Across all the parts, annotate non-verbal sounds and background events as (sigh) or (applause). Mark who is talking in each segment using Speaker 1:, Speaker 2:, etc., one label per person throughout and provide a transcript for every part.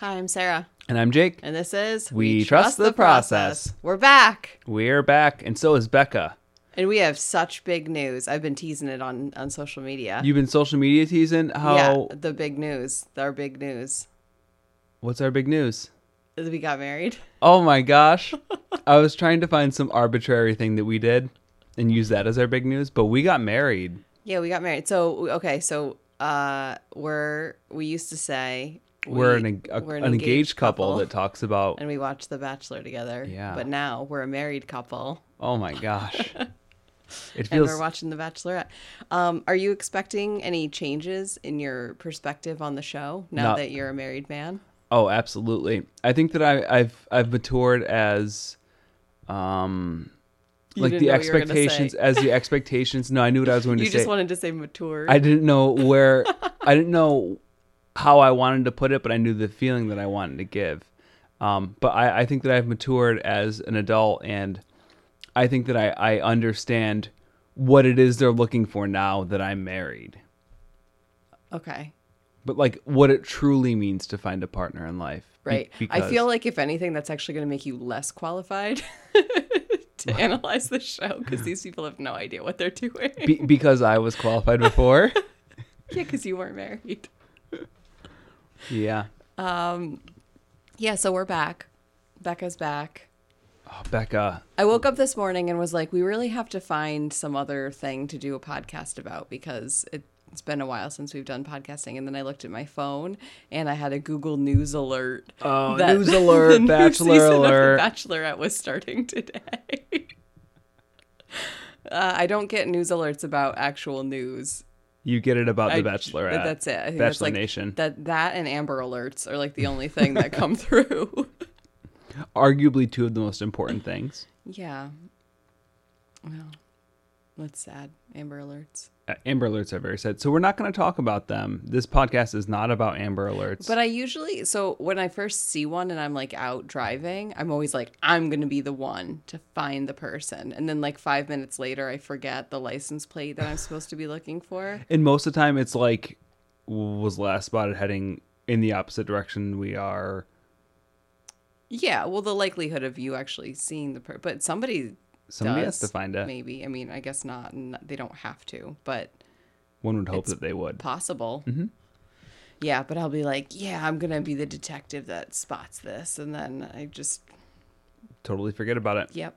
Speaker 1: Hi, I'm Sarah,
Speaker 2: And I'm Jake.
Speaker 1: and this is
Speaker 2: We Trust the Process.
Speaker 1: We're back,
Speaker 2: We're back, and so is Becca.
Speaker 1: and we have such big news. I've been teasing it on on social media.
Speaker 2: You've been social media teasing. How?
Speaker 1: Yeah, the big news, our big news,
Speaker 2: What's our big news?
Speaker 1: is we got married.
Speaker 2: Oh my gosh! I was trying to find some arbitrary thing that we did and use that as our big news, but we got married.
Speaker 1: (laughs) Yeah, we got married. So okay, so uh, we're we used to say
Speaker 2: we're
Speaker 1: we-
Speaker 2: an, a,
Speaker 1: we're
Speaker 2: an engaged, couple, that talks
Speaker 1: (laughs)
Speaker 2: about.
Speaker 1: and we watched The Bachelor together.
Speaker 2: Yeah.
Speaker 1: but now we're a married couple.
Speaker 2: Oh
Speaker 1: (laughs)
Speaker 2: my gosh! It
Speaker 1: And
Speaker 2: feels.
Speaker 1: we're watching The Bachelorette. Um, are you expecting any changes in your perspective on the show now
Speaker 2: No.
Speaker 1: that you're a married man?
Speaker 2: Oh, absolutely. I think that I, I've I've matured as, um,
Speaker 1: You
Speaker 2: like
Speaker 1: didn't
Speaker 2: the
Speaker 1: know what you were gonna say.
Speaker 2: expectations as the expectations. No, I knew what I was going
Speaker 1: (laughs)
Speaker 2: to
Speaker 1: You
Speaker 2: say.
Speaker 1: just wanted to say mature.
Speaker 2: I didn't know where I didn't know how I wanted to put it, but I knew the feeling that I wanted to give. Um, but I, I think that I've matured as an adult, and I think that I, I understand what it is they're looking for now that I'm married.
Speaker 1: okay.
Speaker 2: But like what it truly means to find a partner in life, Be-
Speaker 1: Right. I feel
Speaker 2: because-
Speaker 1: like if anything, that's actually going to make you less qualified (laughs) to analyze the show because these people have no idea what they're doing.
Speaker 2: be- because I was qualified before.
Speaker 1: (laughs) yeah, because you weren't married.
Speaker 2: yeah,
Speaker 1: Yeah, so we're back. Becca's back.
Speaker 2: oh, Becca.
Speaker 1: I woke up this morning and was like, we really have to find some other thing to do a podcast about because it, it's been a while since we've done podcasting. And then I looked at my phone and I had a Google News alert.
Speaker 2: Oh,
Speaker 1: that
Speaker 2: news
Speaker 1: (laughs) the
Speaker 2: alert,
Speaker 1: new
Speaker 2: Bachelor
Speaker 1: season of The
Speaker 2: alert.
Speaker 1: Bachelorette was starting today. (laughs) uh, I don't get news alerts about actual news.
Speaker 2: You get it about
Speaker 1: I-
Speaker 2: the Bachelorette.
Speaker 1: but That's it. I think
Speaker 2: Bachelor
Speaker 1: that's like
Speaker 2: Nation.
Speaker 1: That that and Amber alerts are like the only thing that
Speaker 2: (laughs)
Speaker 1: come through. (laughs)
Speaker 2: Arguably two of the most important things.
Speaker 1: Yeah. Well, that's sad. Amber alerts.
Speaker 2: Uh, Amber Alerts are very sad. So we're not going to talk about them. This podcast is not about Amber Alerts.
Speaker 1: But I usually, so when I first see one and I'm like out driving, I'm always like, I'm going to be the one to find the person. And then like five minutes later, I forget the license plate that I'm supposed to be looking for.
Speaker 2: (laughs) and most of the time, it's like was last spotted heading in the opposite direction we are.
Speaker 1: Yeah. Well, the likelihood of you actually seeing the person, but somebody.
Speaker 2: Somebody
Speaker 1: does,
Speaker 2: has to find it.
Speaker 1: Maybe. I mean, I guess not. And they don't have to, but
Speaker 2: One would hope
Speaker 1: It's
Speaker 2: that they would.
Speaker 1: possible. Yeah, but I'll be like, yeah, I'm gonna be the detective that spots this, and then I just,
Speaker 2: Totally forget about it.
Speaker 1: yep.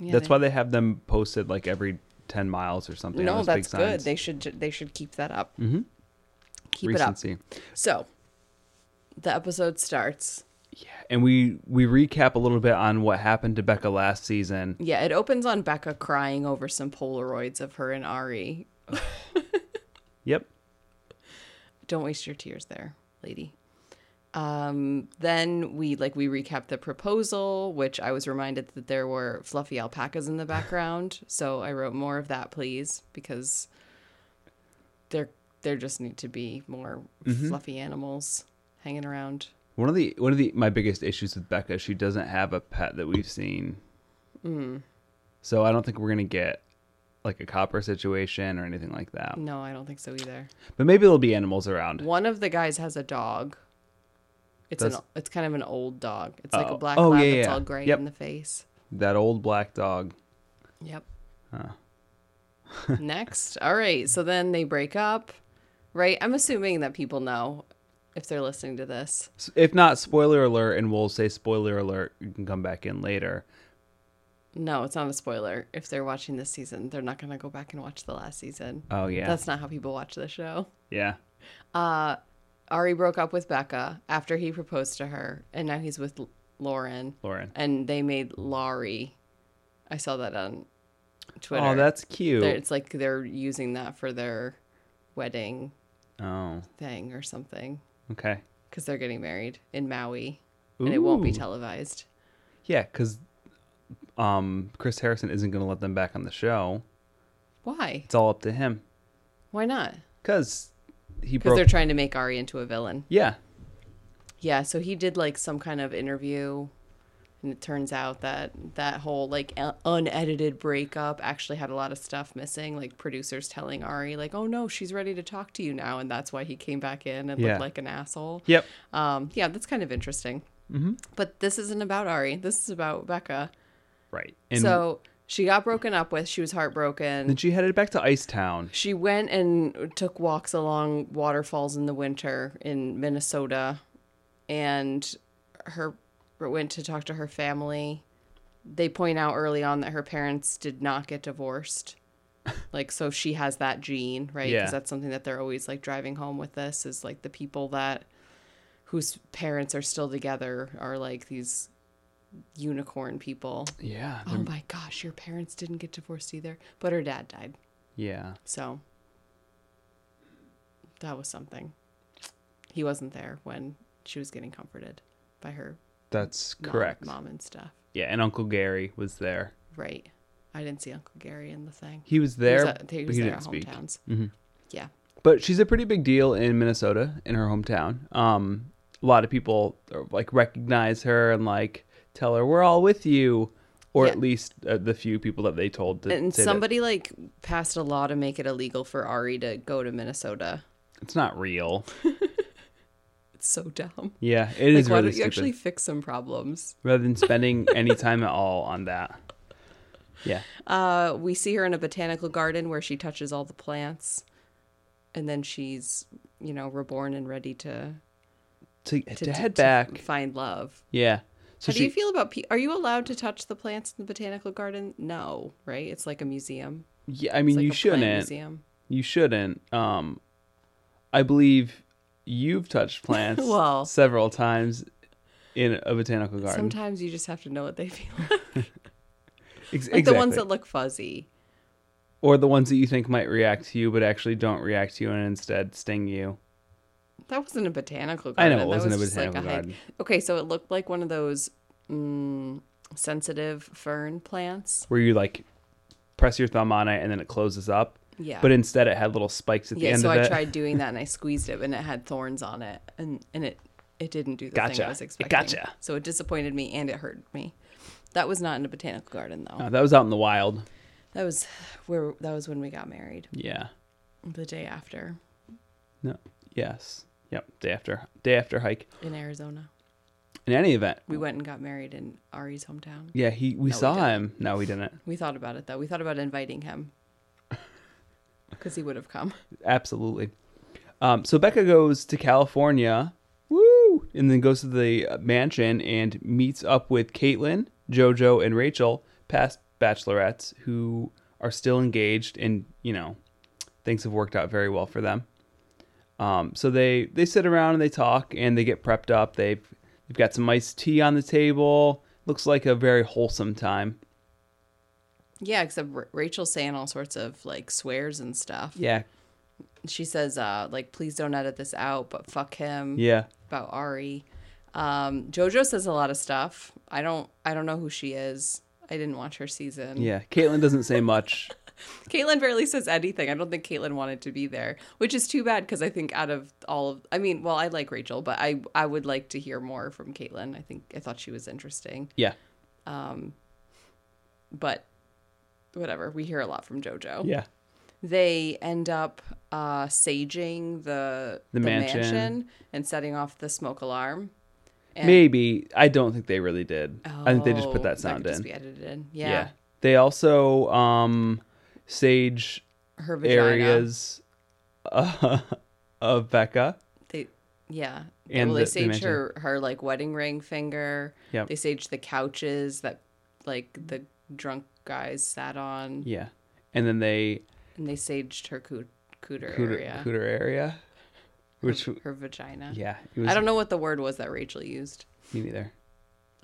Speaker 1: Yeah,
Speaker 2: that's
Speaker 1: they-
Speaker 2: why they have them posted like every ten miles or something. on
Speaker 1: No,
Speaker 2: those
Speaker 1: that's
Speaker 2: big
Speaker 1: good.
Speaker 2: signs.
Speaker 1: They should ju- they should keep that up. Mm-hmm. Keep it
Speaker 2: Recency.
Speaker 1: up. So, the episode starts.
Speaker 2: And we we recap a little bit on what happened to Becca last season.
Speaker 1: Yeah, it opens on Becca crying over some Polaroids of her and Ari.
Speaker 2: Yep.
Speaker 1: Don't waste your tears there, lady. Um, then we like we recap the proposal, which I was reminded that there were fluffy alpacas in the
Speaker 2: (laughs)
Speaker 1: background, so I wrote more of that, please, because there there just need to be more
Speaker 2: Mm-hmm.
Speaker 1: fluffy animals hanging around.
Speaker 2: One of the one of the my biggest issues with Becca, is she doesn't have a pet that we've seen.
Speaker 1: Mm.
Speaker 2: So I don't think we're gonna get like a copper situation or anything like that.
Speaker 1: No, I don't think so either.
Speaker 2: But maybe there'll be animals around.
Speaker 1: One of the guys has a dog. It's an
Speaker 2: Does-
Speaker 1: it's kind of an old dog. It's like a
Speaker 2: Oh.
Speaker 1: black
Speaker 2: Oh,
Speaker 1: lab.
Speaker 2: yeah,
Speaker 1: It's
Speaker 2: yeah.
Speaker 1: all gray
Speaker 2: Yep.
Speaker 1: in the face.
Speaker 2: That old black dog.
Speaker 1: Yep.
Speaker 2: (laughs)
Speaker 1: Next. All right. So then they break up, right? I'm assuming that people know if they're listening to this.
Speaker 2: S- If not, spoiler alert, and we'll say spoiler alert. You can come back in later.
Speaker 1: No, it's not a spoiler. If they're watching this season, they're not going to go back and watch the last season.
Speaker 2: Oh yeah,
Speaker 1: That's not how people watch the show. Uh,
Speaker 2: yeah.
Speaker 1: Ari broke up with Becca after he proposed to her, and now he's with L- Lauren.
Speaker 2: Lauren.
Speaker 1: And they made Laurie. I saw that on Twitter.
Speaker 2: Oh, that's cute.
Speaker 1: They're- it's like they're using that for their wedding
Speaker 2: Oh,
Speaker 1: thing or something
Speaker 2: okay.
Speaker 1: because they're getting married in Maui and it won't be
Speaker 2: Ooh.
Speaker 1: televised.
Speaker 2: Yeah, because um, Chris Harrison isn't gonna let them back on the show.
Speaker 1: Why?
Speaker 2: It's all up to him.
Speaker 1: Why not?
Speaker 2: Cause he
Speaker 1: Because
Speaker 2: broke.
Speaker 1: they're trying to make Ari into a villain.
Speaker 2: yeah,
Speaker 1: Yeah, so he did like some kind of interview And it turns out that that whole like un- unedited breakup actually had a lot of stuff missing, like producers telling Ari like, "Oh no, she's ready to talk to you now," and that's why he came back in and
Speaker 2: Yeah. Mm-hmm.
Speaker 1: looked like an asshole.
Speaker 2: Yep.
Speaker 1: Um, yeah, that's kind of interesting. But this isn't about Ari. This is about Becca.
Speaker 2: Right. And
Speaker 1: so she got broken up with. She was heartbroken.
Speaker 2: then she headed back to Ice Town.
Speaker 1: She went and took walks along waterfalls in the winter in Minnesota, and her went to talk to her family. They point out early on that her parents did not get divorced, like so she has that gene, right? Because
Speaker 2: Yeah.
Speaker 1: that's something that they're always like driving home with this is like the people that whose parents are still together are like these unicorn people.
Speaker 2: Yeah.
Speaker 1: Oh my gosh, your parents didn't get divorced either, but her dad died.
Speaker 2: Yeah.
Speaker 1: So that was something. He wasn't there when she was getting comforted by her
Speaker 2: That's
Speaker 1: mom,
Speaker 2: correct.
Speaker 1: mom and stuff.
Speaker 2: Yeah, and Uncle Gary was there.
Speaker 1: Right. I didn't see Uncle Gary in the thing.
Speaker 2: He was
Speaker 1: He
Speaker 2: there,
Speaker 1: was at, he
Speaker 2: but
Speaker 1: was
Speaker 2: he
Speaker 1: there
Speaker 2: didn't
Speaker 1: at
Speaker 2: speak. Mm-hmm.
Speaker 1: hometowns. Yeah.
Speaker 2: But she's a pretty big deal in Minnesota, in her hometown. Um, a lot of people uh, like recognize her and like tell her we're all with you, or
Speaker 1: Yeah.
Speaker 2: at least uh, the few people that they told to
Speaker 1: And
Speaker 2: say that.
Speaker 1: somebody like passed a law to make it illegal for Ari to go to Minnesota.
Speaker 2: It's not real.
Speaker 1: It's so dumb.
Speaker 2: Yeah, it is
Speaker 1: Like, why
Speaker 2: really
Speaker 1: don't you
Speaker 2: stupid.
Speaker 1: actually fix some problems?
Speaker 2: Rather
Speaker 1: (laughs)
Speaker 2: than spending any time at all on that. Yeah.
Speaker 1: Uh, we see her in a botanical garden where she touches all the plants, and then she's, you know, reborn and ready to
Speaker 2: To,
Speaker 1: to,
Speaker 2: to,
Speaker 1: to-
Speaker 2: head
Speaker 1: to
Speaker 2: back.
Speaker 1: find love.
Speaker 2: yeah. So
Speaker 1: How do
Speaker 2: she
Speaker 1: you feel about? Pe- are you allowed to touch the plants in the botanical garden? No, right? It's like a museum.
Speaker 2: yeah, I
Speaker 1: It's
Speaker 2: mean
Speaker 1: like
Speaker 2: you
Speaker 1: a plant
Speaker 2: shouldn't.
Speaker 1: Museum.
Speaker 2: You shouldn't. Um, I believe
Speaker 1: (laughs)
Speaker 2: you've touched plants
Speaker 1: Well.
Speaker 2: several times in a botanical garden.
Speaker 1: Sometimes you just have to know what they (laughs) feel like. like
Speaker 2: Ex-
Speaker 1: the ones
Speaker 2: exactly.
Speaker 1: that look fuzzy.
Speaker 2: or the ones that you think might react to you, but actually don't react to you and instead sting you.
Speaker 1: That wasn't a botanical
Speaker 2: I
Speaker 1: garden.
Speaker 2: know it wasn't a
Speaker 1: that was just
Speaker 2: botanical
Speaker 1: like a
Speaker 2: garden.
Speaker 1: Hype. Okay, so it looked like one of those mm, sensitive fern plants.
Speaker 2: Where you like press your thumb on it and then it closes up,
Speaker 1: Yeah.
Speaker 2: but instead it had little spikes at the
Speaker 1: Yeah,
Speaker 2: end
Speaker 1: so
Speaker 2: of
Speaker 1: I
Speaker 2: it.
Speaker 1: tried doing
Speaker 2: (laughs)
Speaker 1: that and I squeezed it and it had thorns on it and and it it didn't do the thing
Speaker 2: Gotcha.
Speaker 1: I was
Speaker 2: It
Speaker 1: expecting.
Speaker 2: gotcha.
Speaker 1: So it disappointed me and it hurt me. That was not in a botanical garden though.
Speaker 2: Uh, that was out in the wild.
Speaker 1: That was where that was when we got married.
Speaker 2: Yeah.
Speaker 1: The day after
Speaker 2: No. Yes. Yep. Day after. Day after hike.
Speaker 1: in Arizona.
Speaker 2: In any event.
Speaker 1: We went and got married in Ari's hometown.
Speaker 2: Yeah. He. We saw him. No, we didn't.
Speaker 1: We thought about it though. We thought about inviting
Speaker 2: (laughs)
Speaker 1: him. Cuz he would have come.
Speaker 2: Absolutely. Um, so Becca goes to California, woo, and then goes to the uh, mansion and meets up with Caitlin, JoJo, and Rachel, past bachelorettes who are still engaged, and you know, things have worked out very well for them. Um, so they they sit around and they talk and they get prepped up. They've they've got some iced tea on the table. Looks like a very wholesome time.
Speaker 1: Yeah, except Ra- Rachel's saying all sorts of like swears and stuff.
Speaker 2: Yeah,
Speaker 1: She says uh like please don't edit this out, but fuck him.
Speaker 2: yeah.
Speaker 1: about Ari. Um, Jojo says a lot of stuff. I don't I don't know who she is. I didn't watch her season.
Speaker 2: Yeah, Caitlin doesn't say much.
Speaker 1: Caitlin barely says anything. I don't think Caitlin wanted to be there, which is too bad because I think out of all of I mean, well, I like Rachel, but I I would like to hear more from Caitlin. I think I thought she was interesting,
Speaker 2: Yeah,
Speaker 1: but whatever. We hear a lot from Jojo.
Speaker 2: yeah.
Speaker 1: They end up uh saging the
Speaker 2: The mansion.
Speaker 1: and setting off the smoke alarm. And-
Speaker 2: Maybe I don't think they really did. I think they just put
Speaker 1: Oh,
Speaker 2: that sound
Speaker 1: could
Speaker 2: in.
Speaker 1: Just be edited in.
Speaker 2: yeah.
Speaker 1: yeah.
Speaker 2: They also um sage
Speaker 1: her vagina.
Speaker 2: areas uh, (laughs) of Becca.
Speaker 1: They, yeah.
Speaker 2: And
Speaker 1: well, they
Speaker 2: the- the
Speaker 1: sage
Speaker 2: mansion.
Speaker 1: her her like wedding ring finger.
Speaker 2: Yep.
Speaker 1: They sage the couches that like the drunk guys sat on,
Speaker 2: Yeah. And then they
Speaker 1: and they saged her coo- cooter,
Speaker 2: cooter,
Speaker 1: area,
Speaker 2: cooter area, which
Speaker 1: her vagina.
Speaker 2: yeah, it was
Speaker 1: I don't know what the word was that Rachel used.
Speaker 2: me neither.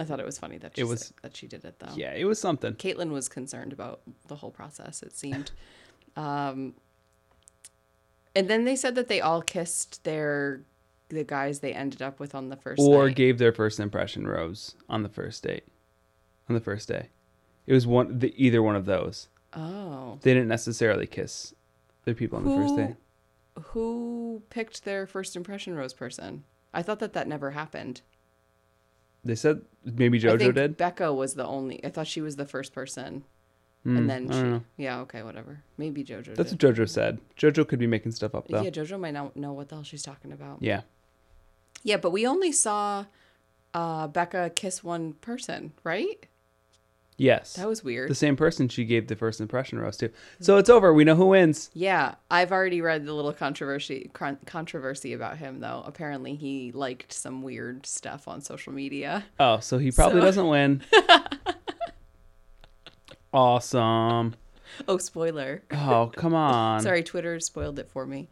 Speaker 1: I thought it was funny that she
Speaker 2: It was-
Speaker 1: said- that she did it though.
Speaker 2: Yeah, it was something.
Speaker 1: Caitlin was concerned about the whole process, it seemed.
Speaker 2: (laughs)
Speaker 1: Um, and then they said that they all kissed their the guys they ended up with on the first
Speaker 2: Or
Speaker 1: night.
Speaker 2: gave their first impression rose on the first date. On the first day, it was one the, either one of those.
Speaker 1: oh.
Speaker 2: They didn't necessarily kiss their people on the first
Speaker 1: Who-
Speaker 2: day.
Speaker 1: Who picked their first impression rose person? I thought that that never happened.
Speaker 2: They said maybe
Speaker 1: I
Speaker 2: JoJo
Speaker 1: think
Speaker 2: did.
Speaker 1: Becca was the only. I thought she was the first person,
Speaker 2: Hmm,
Speaker 1: and then
Speaker 2: I don't know.
Speaker 1: she. Yeah. Okay. Whatever. Maybe JoJo.
Speaker 2: That's
Speaker 1: did.
Speaker 2: what JoJo said. JoJo could be making stuff up though.
Speaker 1: yeah. JoJo might not know what the hell she's talking about.
Speaker 2: Yeah.
Speaker 1: Yeah, but we only saw uh, Becca kiss one person, right?
Speaker 2: Yes.
Speaker 1: That Mm-hmm. was weird.
Speaker 2: the same person she gave the first impression roast to. So it's over. We know who wins.
Speaker 1: Yeah, I've already read the little controversy con- controversy about him though. Apparently, he liked some weird stuff on social media. (laughs)
Speaker 2: Oh, so he probably
Speaker 1: So- (laughs)
Speaker 2: doesn't win. awesome.
Speaker 1: Oh, spoiler!
Speaker 2: Oh, come on.
Speaker 1: Sorry, Twitter spoiled it for me.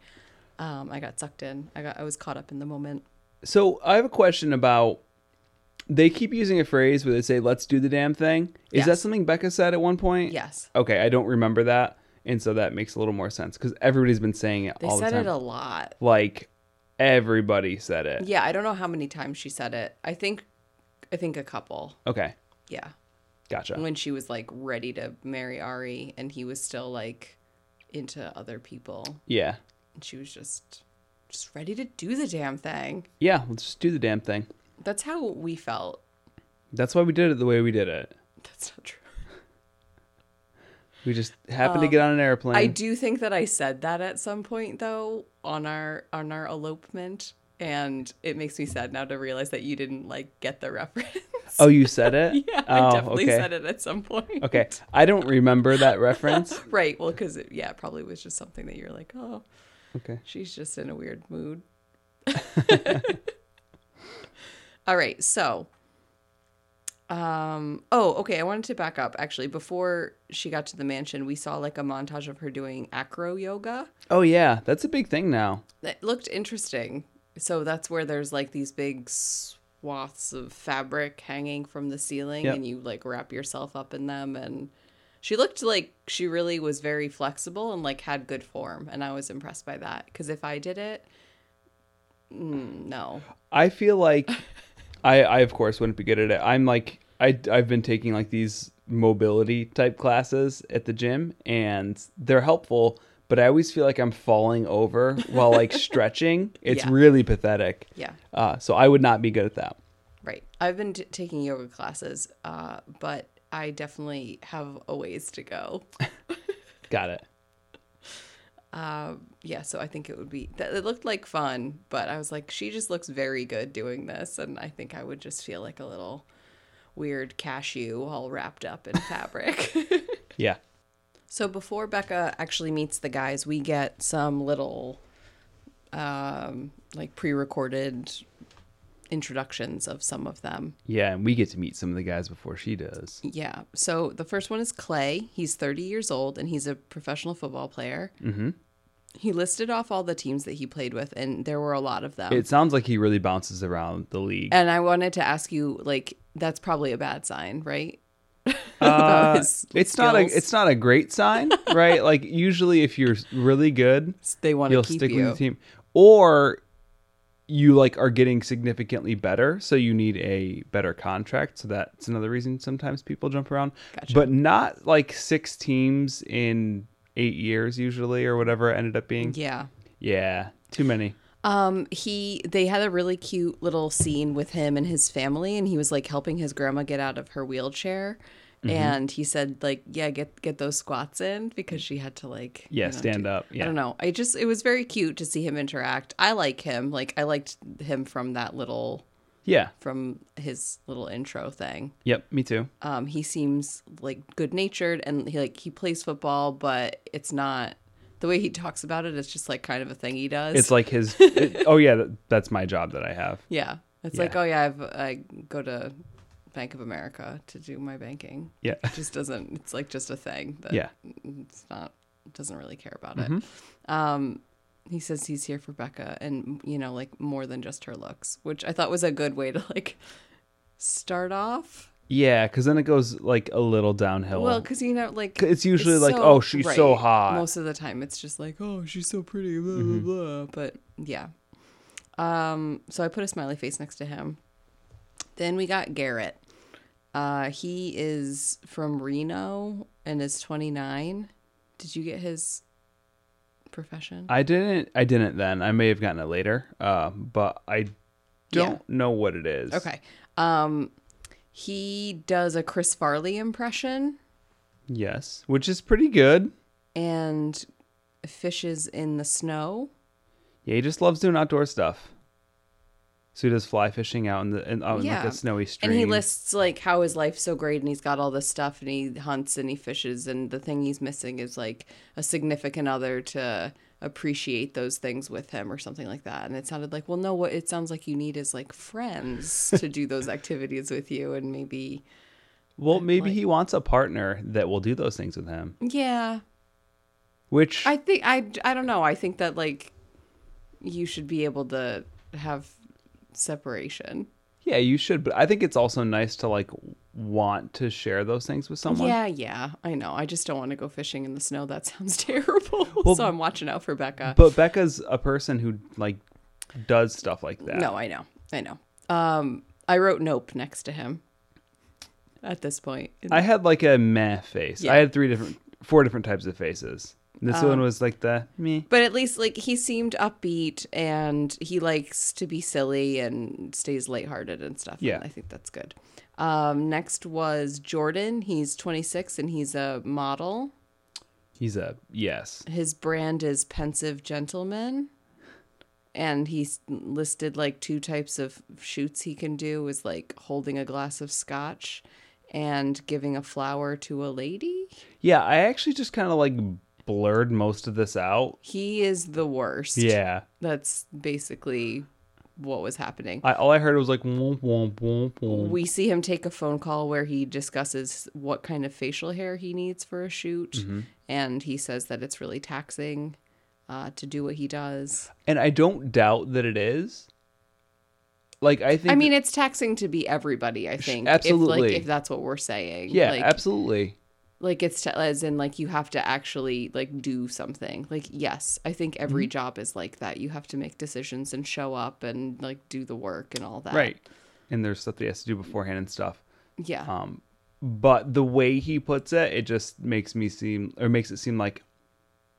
Speaker 1: Um, I got sucked in. I got I was caught up in the moment.
Speaker 2: So I have a question about they keep using a phrase where they say let's do the damn thing. Is that
Speaker 1: Yes.
Speaker 2: something Becca said at one point?
Speaker 1: Yes,
Speaker 2: Okay, I don't remember that. And so that makes a little more sense cuz everybody's been saying it
Speaker 1: they
Speaker 2: all
Speaker 1: said
Speaker 2: the time.
Speaker 1: it a lot.
Speaker 2: like everybody said it.
Speaker 1: Yeah, I don't know how many times she said it. I think, I think a couple.
Speaker 2: Okay.
Speaker 1: Yeah,
Speaker 2: Gotcha.
Speaker 1: when she was like ready to marry Ari, and he was still like into other people,
Speaker 2: yeah.
Speaker 1: and she was just just ready to do the damn thing.
Speaker 2: Yeah, let's just do the damn thing.
Speaker 1: That's how we felt. (laughs)
Speaker 2: That's why we did it the way we did it.
Speaker 1: That's not true.
Speaker 2: We just happened to get on an airplane.
Speaker 1: Um, I do think that I said that at some point though on our on our elopement and it makes me sad now to realize that you didn't like get the (laughs) reference.
Speaker 2: oh, you said it?
Speaker 1: (laughs) yeah,
Speaker 2: oh,
Speaker 1: I definitely
Speaker 2: okay.
Speaker 1: said it at some point.
Speaker 2: Okay. I don't remember that reference.
Speaker 1: (laughs) Right, well cuz it yeah, it probably was just something that you're like, "Oh,
Speaker 2: Okay.
Speaker 1: she's just in a weird
Speaker 2: (laughs)
Speaker 1: mood." (laughs) All right, so um oh, okay, I wanted to back up actually. Before she got to the mansion, we saw like a montage of her doing acro yoga.
Speaker 2: Oh yeah, that's a big thing now.
Speaker 1: that looked interesting. So that's where there's like these big swaths of fabric hanging from the ceiling,
Speaker 2: Yep.
Speaker 1: and you like wrap yourself up in them. And she looked like she really was very flexible and like had good form, and I was impressed by that. Because if I did it, mm, no,
Speaker 2: I feel like
Speaker 1: (laughs)
Speaker 2: I, I of course wouldn't be good at it. I'm like I I've been taking like these mobility type classes at the gym and they're helpful, but I always feel like I'm falling over while
Speaker 1: (laughs)
Speaker 2: like stretching. It's
Speaker 1: Yeah.
Speaker 2: really pathetic.
Speaker 1: yeah,
Speaker 2: Uh, so I would not be good at that.
Speaker 1: right. I've been t- taking yoga classes, uh, but I definitely have a ways to go.
Speaker 2: Got it.
Speaker 1: Um, yeah, so I think it would be that it looked like fun, but I was like, she just looks very good doing this, and I think I would just feel like a little weird cashew all wrapped up in fabric. (laughs)
Speaker 2: Yeah.
Speaker 1: so before Becca actually meets the guys, we get some little um like pre-recorded introductions of some of them.
Speaker 2: Yeah, and we get to meet some of the guys before she does.
Speaker 1: Yeah. So the first one is Clay. He's 30 years old and he's a professional football player. Mm-hmm. He listed off all the teams that he played with, and there were a lot of them.
Speaker 2: It sounds like he really bounces around the league.
Speaker 1: and I wanted to ask you, like, that's probably a bad sign, right?
Speaker 2: Uh,
Speaker 1: (laughs) About his
Speaker 2: it's not a
Speaker 1: skills.
Speaker 2: it's not a great (laughs) sign, right? like usually if you're really good,
Speaker 1: They want to
Speaker 2: you'll
Speaker 1: keep
Speaker 2: stick
Speaker 1: you.
Speaker 2: with the team or you like are getting significantly better so you need a better contract so that's another reason sometimes people jump around
Speaker 1: Gotcha.
Speaker 2: but not like six teams in eight years usually or whatever it ended up being yeah,
Speaker 1: Yeah.
Speaker 2: too many
Speaker 1: Um, he they had a really cute little scene with him and his family, and he was like helping his grandma get out of her wheelchair.
Speaker 2: Mm-hmm.
Speaker 1: And he said, like, yeah, get get those squats in because she had to like you
Speaker 2: yeah
Speaker 1: know,
Speaker 2: stand
Speaker 1: do-
Speaker 2: up yeah
Speaker 1: I don't know. I just it was very cute to see him interact. I like him. Like I liked him from that little
Speaker 2: yeah
Speaker 1: from his little intro thing.
Speaker 2: yep me too
Speaker 1: Um he seems like good-natured and he like he plays football, but it's not the way he talks about it, it's just like kind of a thing he does.
Speaker 2: it's like
Speaker 1: (laughs)
Speaker 2: his it- oh yeah that, that's my job that i have
Speaker 1: yeah. It's like,
Speaker 2: Yeah.
Speaker 1: "Oh yeah, I've I go to Bank of America to do my banking." (laughs)
Speaker 2: yeah
Speaker 1: It just doesn't it's like just a thing that
Speaker 2: yeah
Speaker 1: it's not doesn't really care about
Speaker 2: Mm-hmm.
Speaker 1: it. Um, he says he's here for Becca, and you know, like more than just her looks, which I thought was a good way to like start off.
Speaker 2: yeah because then it goes like a little downhill
Speaker 1: Well, because you know, like
Speaker 2: Oh, it's usually like oh she's so
Speaker 1: right.
Speaker 2: hot Mm-hmm.
Speaker 1: Most of the time, it's just like oh she's so pretty, blah blah blah. But yeah, um, so I put a smiley face next to him. Then we got Garrett. Uh, he is from Reno and is 29. Did you get his profession?
Speaker 2: I didn't. I didn't then. I may have gotten it later. Uh, but I don't know what it is.
Speaker 1: Okay. Um, he does a Chris Farley impression
Speaker 2: Yes, which is pretty good.
Speaker 1: and fishes in the snow.
Speaker 2: Yeah, he just loves doing outdoor stuff. So he does fly fishing out in the in, out in
Speaker 1: Yeah.
Speaker 2: like a snowy stream.
Speaker 1: And he lists like how his life's so great and he's got all this stuff and he hunts and he fishes and the thing he's missing is like a significant other to appreciate those things with him or something like that. And it sounded like, well, no, what it sounds like you need is like friends to do those activities with you and maybe
Speaker 2: Well, maybe he wants a partner that will do those things with him.
Speaker 1: yeah.
Speaker 2: Which
Speaker 1: I think I I don't know. I think that like you should be able to have separation.
Speaker 2: yeah, you should, but I think it's also nice to like want to share those things with someone.
Speaker 1: Yeah, yeah. I know. I just don't want to go fishing in the snow. That sounds (laughs) terrible. so I'm watching out for Becca.
Speaker 2: But Becca's a person who like does stuff like that.
Speaker 1: No, I know. I know. Um, I wrote nope next to him at this point.
Speaker 2: I had like a meh face.
Speaker 1: Yeah. Um,
Speaker 2: I had three different, four different types of faces. This one was like the me.
Speaker 1: but at least like he seemed upbeat and he likes to be silly and stays lighthearted and stuff. and
Speaker 2: Yeah.
Speaker 1: I think that's good. Um, next was Jordan. He's 26 and he's a model.
Speaker 2: He's a yes.
Speaker 1: His brand is Pensive Gentleman. And he's listed like two types of shoots he can do is like holding a glass of scotch and giving a flower to a lady.
Speaker 2: Yeah, I actually just kind of like blurred most of this out.
Speaker 1: He is the worst.
Speaker 2: Yeah.
Speaker 1: That's basically what was happening.
Speaker 2: I, all I heard was like womp womp womp womp.
Speaker 1: We see him take a phone call where he discusses what kind of facial hair he needs for a shoot.
Speaker 2: Mm-hmm.
Speaker 1: And he says that it's really taxing uh, to do what he does.
Speaker 2: And I don't doubt that it is. Like I think
Speaker 1: I mean, it's taxing to be everybody, I think. If,
Speaker 2: absolutely.
Speaker 1: like, if that's what we're saying.
Speaker 2: Yeah,
Speaker 1: Like,
Speaker 2: absolutely.
Speaker 1: like it's t- as in like you have to actually like do something like yes i think
Speaker 2: Mm-hmm.
Speaker 1: every job is like that you have to make decisions and show up and like do the work and all that
Speaker 2: Right. And there's stuff that he has to do beforehand and stuff.
Speaker 1: yeah
Speaker 2: Um but the way he puts it, it just makes me seem or makes it seem like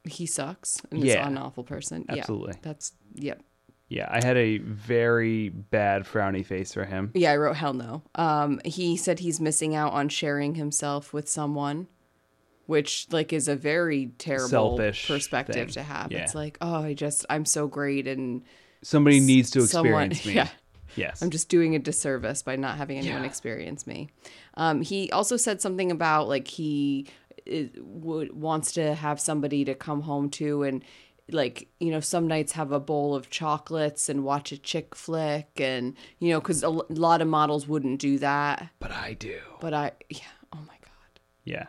Speaker 1: he sucks and
Speaker 2: Yeah.
Speaker 1: is an awful person
Speaker 2: Absolutely.
Speaker 1: yeah that's yep
Speaker 2: yeah, I had a very bad frowny face for him.
Speaker 1: yeah i wrote hell no um he said he's missing out on sharing himself with someone which like is a very terrible
Speaker 2: Selfish
Speaker 1: perspective
Speaker 2: thing.
Speaker 1: to have
Speaker 2: Yeah.
Speaker 1: it's like oh i just i'm so great and
Speaker 2: Somebody needs to
Speaker 1: someone- (laughs)
Speaker 2: experience me.
Speaker 1: yeah.
Speaker 2: Yes.
Speaker 1: I'm just doing a disservice by not having anyone
Speaker 2: Yeah.
Speaker 1: experience me. Um, he also said something about like he uh, would wants to have somebody to come home to and like you know some nights have a bowl of chocolates and watch a chick flick and you know because a l- lot of models wouldn't do that
Speaker 2: but I do.
Speaker 1: but i yeah oh my god
Speaker 2: Yeah.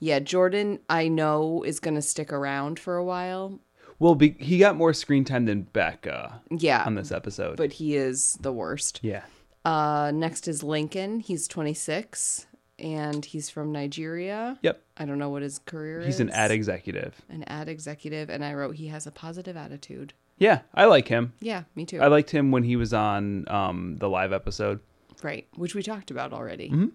Speaker 1: yeah jordan i know is gonna stick around for a while
Speaker 2: Well, be- he got more screen time than Becca
Speaker 1: yeah
Speaker 2: on this episode.
Speaker 1: Mm-hmm. but he is the worst
Speaker 2: yeah.
Speaker 1: Uh, next is Lincoln. He's 26 and he's from Nigeria.
Speaker 2: Yep.
Speaker 1: I don't know what his career is.
Speaker 2: He's an ad executive.
Speaker 1: An ad executive. And I wrote, he has a positive attitude.
Speaker 2: Yeah, I like him.
Speaker 1: Yeah, me too.
Speaker 2: I liked him when he was on um, the live episode.
Speaker 1: right. Which we talked about already.
Speaker 2: Mm-hmm.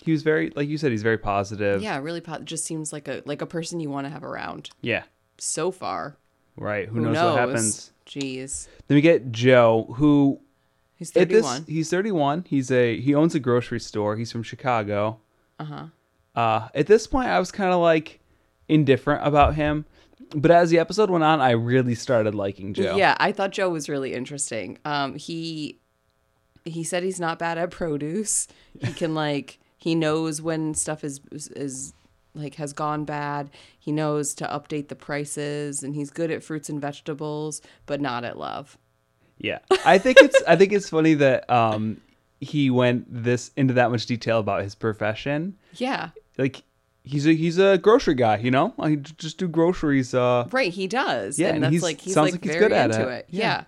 Speaker 2: He was very, like you said, he's very positive.
Speaker 1: Yeah, really po- just seems like a like a person you want to have around.
Speaker 2: Yeah,
Speaker 1: So far.
Speaker 2: right. Who,
Speaker 1: Who
Speaker 2: knows,
Speaker 1: knows?
Speaker 2: what happens?
Speaker 1: Jeez.
Speaker 2: Then we get Joe, who
Speaker 1: He's
Speaker 2: at this
Speaker 1: 31.
Speaker 2: he's 31. He's a he owns a grocery store. He's from Chicago.
Speaker 1: Uh-huh.
Speaker 2: Uh, at this point, I was kind of like indifferent about him, but as the episode went on, I really started liking Joe.
Speaker 1: Yeah, I thought Joe was really interesting. Um, he he said he's not bad at (laughs) produce. He can like he knows when stuff is is like has gone bad. He knows to update the prices, and he's good at fruits and vegetables, but not at love.
Speaker 2: Yeah, I think it's I think it's funny that um he went this into that much detail about his profession.
Speaker 1: Yeah,
Speaker 2: Like he's a he's a grocery guy, you know. I j- just do groceries. Uh,
Speaker 1: right. He does.
Speaker 2: Yeah,
Speaker 1: and
Speaker 2: and
Speaker 1: that's
Speaker 2: he's-
Speaker 1: like he's
Speaker 2: sounds
Speaker 1: like,
Speaker 2: like he's
Speaker 1: very
Speaker 2: good at
Speaker 1: into it.
Speaker 2: it.
Speaker 1: Yeah.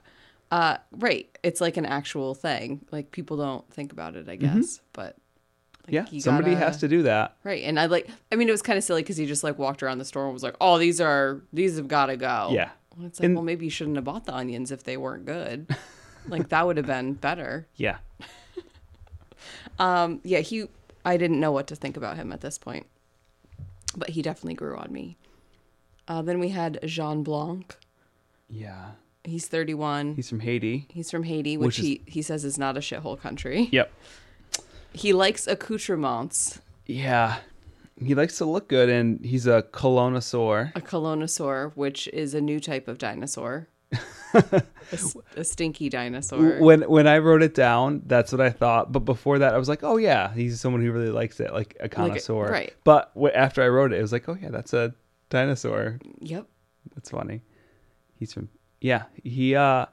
Speaker 1: Uh, right. It's like an actual thing. Like people don't think about it, I guess,
Speaker 2: Mm-hmm.
Speaker 1: but. like,
Speaker 2: yeah,
Speaker 1: you
Speaker 2: somebody
Speaker 1: gotta-
Speaker 2: has to do that.
Speaker 1: Right. And I like, I mean, it was kind of silly because he just like walked around the store and was like, oh, these are, these have got to go.
Speaker 2: Yeah.
Speaker 1: And it's like, well, maybe you shouldn't have bought the onions if they weren't good. (laughs) like, that would have been better.
Speaker 2: Yeah,
Speaker 1: Um, yeah. He, I didn't know what to think about him at this point, but he definitely grew on me. Uh, then we had Jean Blanc.
Speaker 2: yeah.
Speaker 1: He's 31. He's,
Speaker 2: He's from Haiti.
Speaker 1: from Haiti, which,
Speaker 2: Which is-
Speaker 1: he, he says is not a shithole country.
Speaker 2: Yep.
Speaker 1: He likes accoutrements.
Speaker 2: Yeah. He likes to look good and he's a colonosaur.
Speaker 1: A colonosaur, which is a new type of
Speaker 2: (laughs)
Speaker 1: dinosaur. a, s- a stinky dinosaur.
Speaker 2: When when I wrote it down, that's what I thought. But before that, I was like, oh yeah, he's someone who really likes it, like a connoisseur.
Speaker 1: right.
Speaker 2: But wh- after I wrote it, it was like, oh yeah, that's a dinosaur.
Speaker 1: Yep.
Speaker 2: That's funny. He's from yeah. He uh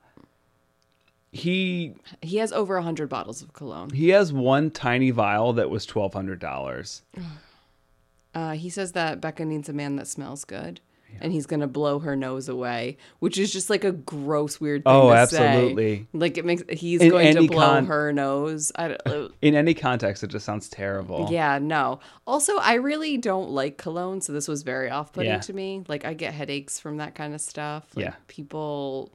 Speaker 2: he
Speaker 1: He has over 100 bottles of cologne.
Speaker 2: he has one tiny vial that was twelve hundred dollars.
Speaker 1: Uh, he says that Becca needs a man that smells good, and he's gonna blow her nose away, which is just like a gross, weird thing.
Speaker 2: Oh,
Speaker 1: to Say.
Speaker 2: absolutely.
Speaker 1: Like it makes he's
Speaker 2: In
Speaker 1: going to
Speaker 2: any
Speaker 1: blow
Speaker 2: con-
Speaker 1: her nose. I don't, uh,
Speaker 2: In any context, it just sounds terrible.
Speaker 1: yeah, no. Also, I really don't like cologne, so this was very off-putting
Speaker 2: Yeah.
Speaker 1: to me. Like I get headaches from that kind of stuff. Like,
Speaker 2: Yeah.
Speaker 1: people,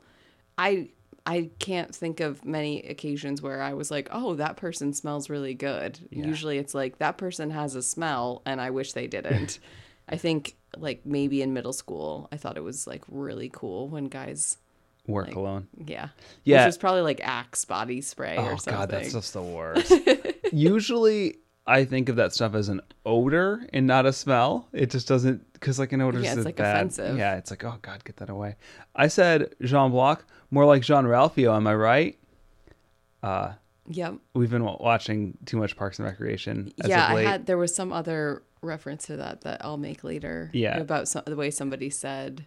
Speaker 1: I I can't think of many occasions where I was like, oh, that person smells really good. Usually it's like that person has a smell and I
Speaker 2: (laughs)
Speaker 1: wish they didn't. I think like maybe in middle school, I thought it was like really cool when guys,
Speaker 2: Work alone.
Speaker 1: yeah,
Speaker 2: Yeah.
Speaker 1: which was probably like Axe body spray or something.
Speaker 2: Oh, God, that's just
Speaker 1: (laughs)
Speaker 2: the worst. Usually, I think of that stuff as an odor and not a smell. It just doesn't because like an odor
Speaker 1: Yeah,
Speaker 2: is
Speaker 1: it's, like,
Speaker 2: bad.
Speaker 1: offensive.
Speaker 2: Yeah, it's like oh God, get that away. I said Jean Block, more like Jean Ralphio. Am I right? Uh,
Speaker 1: yep.
Speaker 2: We've been wa- watching too much Parks and Recreation. As
Speaker 1: yeah,
Speaker 2: of
Speaker 1: I
Speaker 2: late.
Speaker 1: had there was some other reference to that that I'll make later.
Speaker 2: Yeah.
Speaker 1: about some, the way somebody said,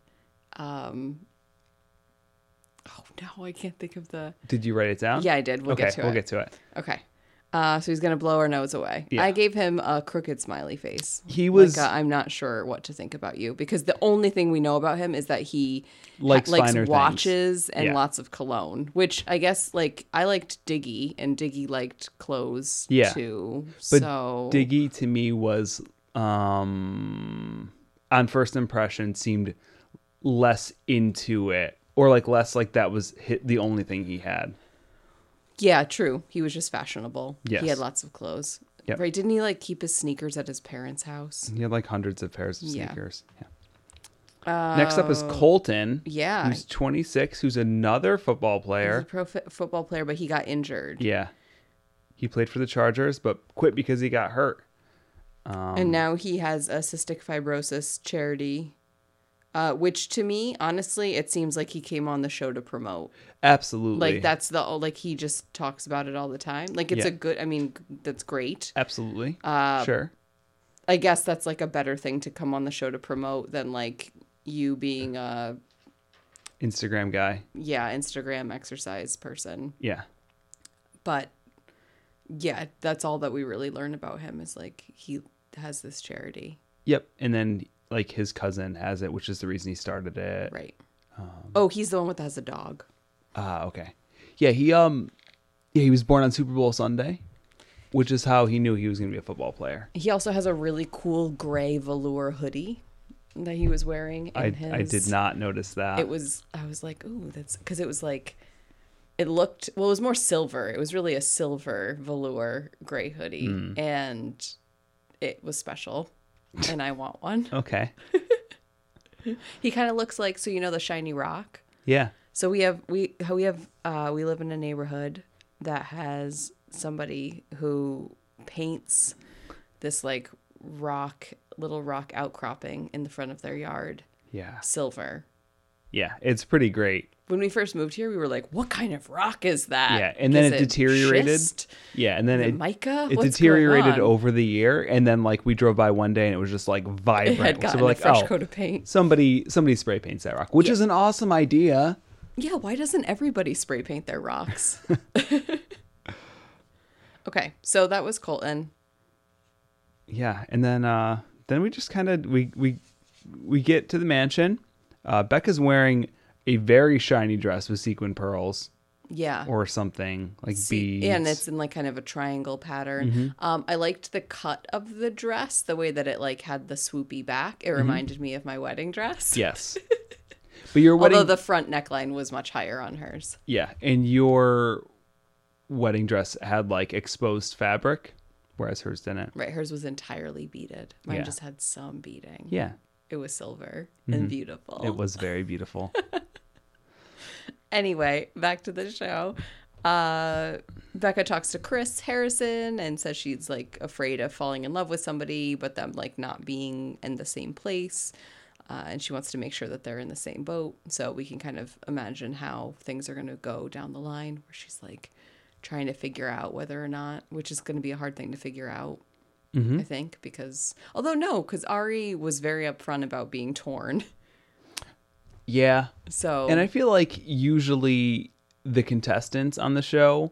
Speaker 1: um, "Oh no, I can't think of the."
Speaker 2: Did you write it down?
Speaker 1: Yeah, I did. We'll
Speaker 2: okay,
Speaker 1: get to
Speaker 2: we'll
Speaker 1: it.
Speaker 2: get to it.
Speaker 1: Okay. Uh, so he's gonna blow her nose away.
Speaker 2: Yeah.
Speaker 1: I gave him a crooked smiley face.
Speaker 2: He was-
Speaker 1: Like, uh, I'm not sure what to think about you because the only thing we know about him is that he
Speaker 2: Likes
Speaker 1: likes
Speaker 2: finer things.
Speaker 1: watches and
Speaker 2: Yeah.
Speaker 1: lots of cologne. Which I guess like I liked Diggy and Diggy liked clothes
Speaker 2: Yeah.
Speaker 1: too.
Speaker 2: But
Speaker 1: so
Speaker 2: Diggy to me was, um, on first impression, seemed less into it, or like less like that was hit the only thing he had.
Speaker 1: yeah, true. He was just fashionable.
Speaker 2: Yes.
Speaker 1: He had lots of clothes.
Speaker 2: Yep.
Speaker 1: Right? Didn't he like keep his sneakers at his parents' house?
Speaker 2: He had like hundreds of pairs of
Speaker 1: Yeah. Uh,
Speaker 2: sneakers. Yeah. Next up is Colton.
Speaker 1: yeah.
Speaker 2: Who's 26, who's another football
Speaker 1: He was a
Speaker 2: player.
Speaker 1: pro fi- football player, but he got injured.
Speaker 2: Yeah. He played for the Chargers, but quit because he got hurt. Um,
Speaker 1: and now he has a cystic fibrosis charity, uh, which to me, honestly, it seems like he came on the show to promote.
Speaker 2: Absolutely.
Speaker 1: Like that's the like he just talks about it all the time. Like it's
Speaker 2: Yeah.
Speaker 1: a good. I mean, g- that's great.
Speaker 2: Absolutely.
Speaker 1: Uh,
Speaker 2: sure.
Speaker 1: I guess that's like a better thing to come on the show to promote than like you being a
Speaker 2: Instagram guy.
Speaker 1: yeah Instagram exercise person.
Speaker 2: Yeah.
Speaker 1: But yeah, that's all that we really learn about him is like he has this charity,
Speaker 2: Yep. And then like his cousin has it, which is the reason he started it.
Speaker 1: right?
Speaker 2: Um,
Speaker 1: oh, he's the one that has a dog.
Speaker 2: Ah, okay. Yeah, he um yeah, he was born on Super Bowl Sunday, which is how he knew he was going to be a football player.
Speaker 1: He also has a really cool gray velour hoodie that he was wearing. In
Speaker 2: I,
Speaker 1: his,
Speaker 2: I did not notice that.
Speaker 1: It was. I was like, ooh, that's because it was like, it looked. Well, it was more silver. It was really a silver velour gray hoodie,
Speaker 2: Hmm.
Speaker 1: and it was special. And I want one.
Speaker 2: okay.
Speaker 1: He kind of looks like so you know the shiny rock.
Speaker 2: Yeah.
Speaker 1: So we have we how we have uh, we live in a neighborhood that has somebody who paints this like rock little rock outcropping in the front of their yard
Speaker 2: Yeah.
Speaker 1: silver.
Speaker 2: Yeah, it's pretty great.
Speaker 1: When we first moved here, we were like, "What kind of rock is that?"
Speaker 2: Yeah, and then
Speaker 1: Is
Speaker 2: it deteriorated.
Speaker 1: schist?
Speaker 2: Yeah, and then
Speaker 1: Is it
Speaker 2: it
Speaker 1: mica?
Speaker 2: it
Speaker 1: What's going
Speaker 2: deteriorated
Speaker 1: on?
Speaker 2: over the year, and then like we drove by one day and it was just like
Speaker 1: It
Speaker 2: vibrant.
Speaker 1: had
Speaker 2: so
Speaker 1: gotten
Speaker 2: we're like,
Speaker 1: a fresh
Speaker 2: oh,
Speaker 1: coat of paint.
Speaker 2: somebody somebody spray paints that rock, which is an awesome idea.
Speaker 1: Yeah, why doesn't everybody spray paint their rocks?
Speaker 2: (laughs)
Speaker 1: (laughs) okay, so that was Colton.
Speaker 2: Yeah, and then uh then we just kind of we we we get to the mansion. Uh, Becca's wearing a very shiny dress with sequin pearls
Speaker 1: Yeah.
Speaker 2: or something like
Speaker 1: See,
Speaker 2: beads. Mm-hmm.
Speaker 1: and it's in like kind of a triangle pattern. Um, I liked the cut of the dress, the way that it like had the swoopy back.
Speaker 2: Mm-hmm.
Speaker 1: It reminded me of my wedding dress.
Speaker 2: yes. But your
Speaker 1: (laughs)
Speaker 2: wedding,
Speaker 1: Although the front neckline was much higher on hers.
Speaker 2: yeah, and your wedding dress had like exposed fabric, whereas hers didn't.
Speaker 1: Right, hers was entirely beaded. Mine
Speaker 2: Yeah.
Speaker 1: just had some beading.
Speaker 2: Yeah,
Speaker 1: Oh.
Speaker 2: Mm-hmm.
Speaker 1: It was silver and beautiful. (laughs)
Speaker 2: it was very beautiful.
Speaker 1: Anyway, back to the show. Uh, Becca talks to Chris Harrison and says she's like afraid of falling in love with somebody, but them like not being in the same place. Uh, and she wants to make sure that they're in the same boat. So we can kind of imagine how things are going to go down the line where she's like trying to figure out whether or not, which is going to be a hard thing to figure out,
Speaker 2: Mm-hmm.
Speaker 1: I think, because although no, because Ari was very upfront about being torn. (laughs)
Speaker 2: Yeah.
Speaker 1: So
Speaker 2: And I feel like usually the contestants on the show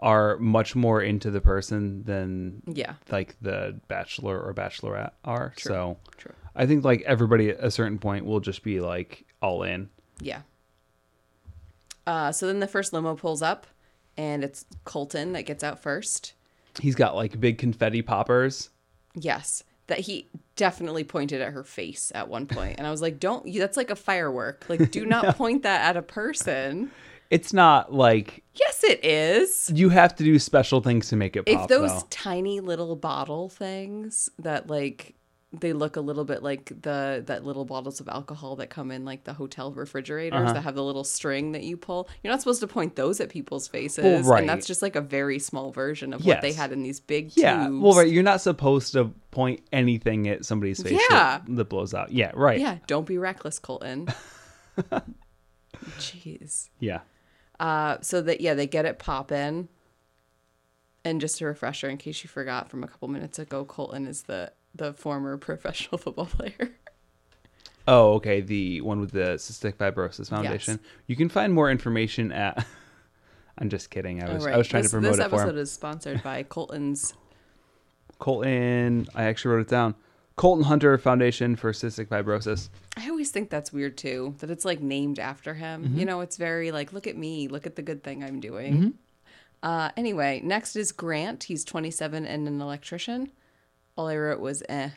Speaker 2: are much more into the person than
Speaker 1: yeah,
Speaker 2: like the bachelor or bachelorette are. So
Speaker 1: true.
Speaker 2: I think like everybody at a certain point will just be like all in.
Speaker 1: Yeah. Uh, so then the first limo pulls up, and it's Colton that gets out first.
Speaker 2: He's got like big confetti poppers.
Speaker 1: Yes, that he definitely pointed at her face at one point, and I was like, "Don't! you That's like a firework. Like, do not point that at a person."
Speaker 2: It's not like
Speaker 1: Yes, it is.
Speaker 2: you have to do special things to make it
Speaker 1: If
Speaker 2: pop.
Speaker 1: those
Speaker 2: though.
Speaker 1: tiny little bottle things that like they look a little bit like the that little bottles of alcohol that come in like the hotel refrigerators
Speaker 2: Uh-huh.
Speaker 1: that have the little string that you pull. You're not supposed to point those at people's faces.
Speaker 2: right.
Speaker 1: And that's just like a very small version of what they
Speaker 2: Yes.
Speaker 1: had in these big
Speaker 2: Yeah.
Speaker 1: tubes.
Speaker 2: Well, right. You're not supposed to point anything at somebody's face that- that blows out. Yeah. Right.
Speaker 1: Yeah, don't be reckless,
Speaker 2: (laughs)
Speaker 1: Colton. Jeez.
Speaker 2: Yeah.
Speaker 1: Uh, so that yeah, they get it poppin'. And just a refresher, in case you forgot from a couple minutes ago, Colton is the the former (laughs) professional football player.
Speaker 2: Oh, okay. The one with the Cystic Fibrosis Foundation. You can find more information at. (laughs) I'm just kidding. I was I was trying
Speaker 1: this,
Speaker 2: to promote
Speaker 1: this
Speaker 2: it for
Speaker 1: episode
Speaker 2: him.
Speaker 1: is sponsored by Colton's.
Speaker 2: Colton. I actually wrote it down. Colton Hunter Foundation for Cystic Fibrosis.
Speaker 1: I always think that's weird too that it's like named after him.
Speaker 2: Mm-hmm.
Speaker 1: You know, it's very like look at me, look at the good thing I'm doing. Uh, anyway, next is Grant. He's 27 and an electrician. All I wrote was eh.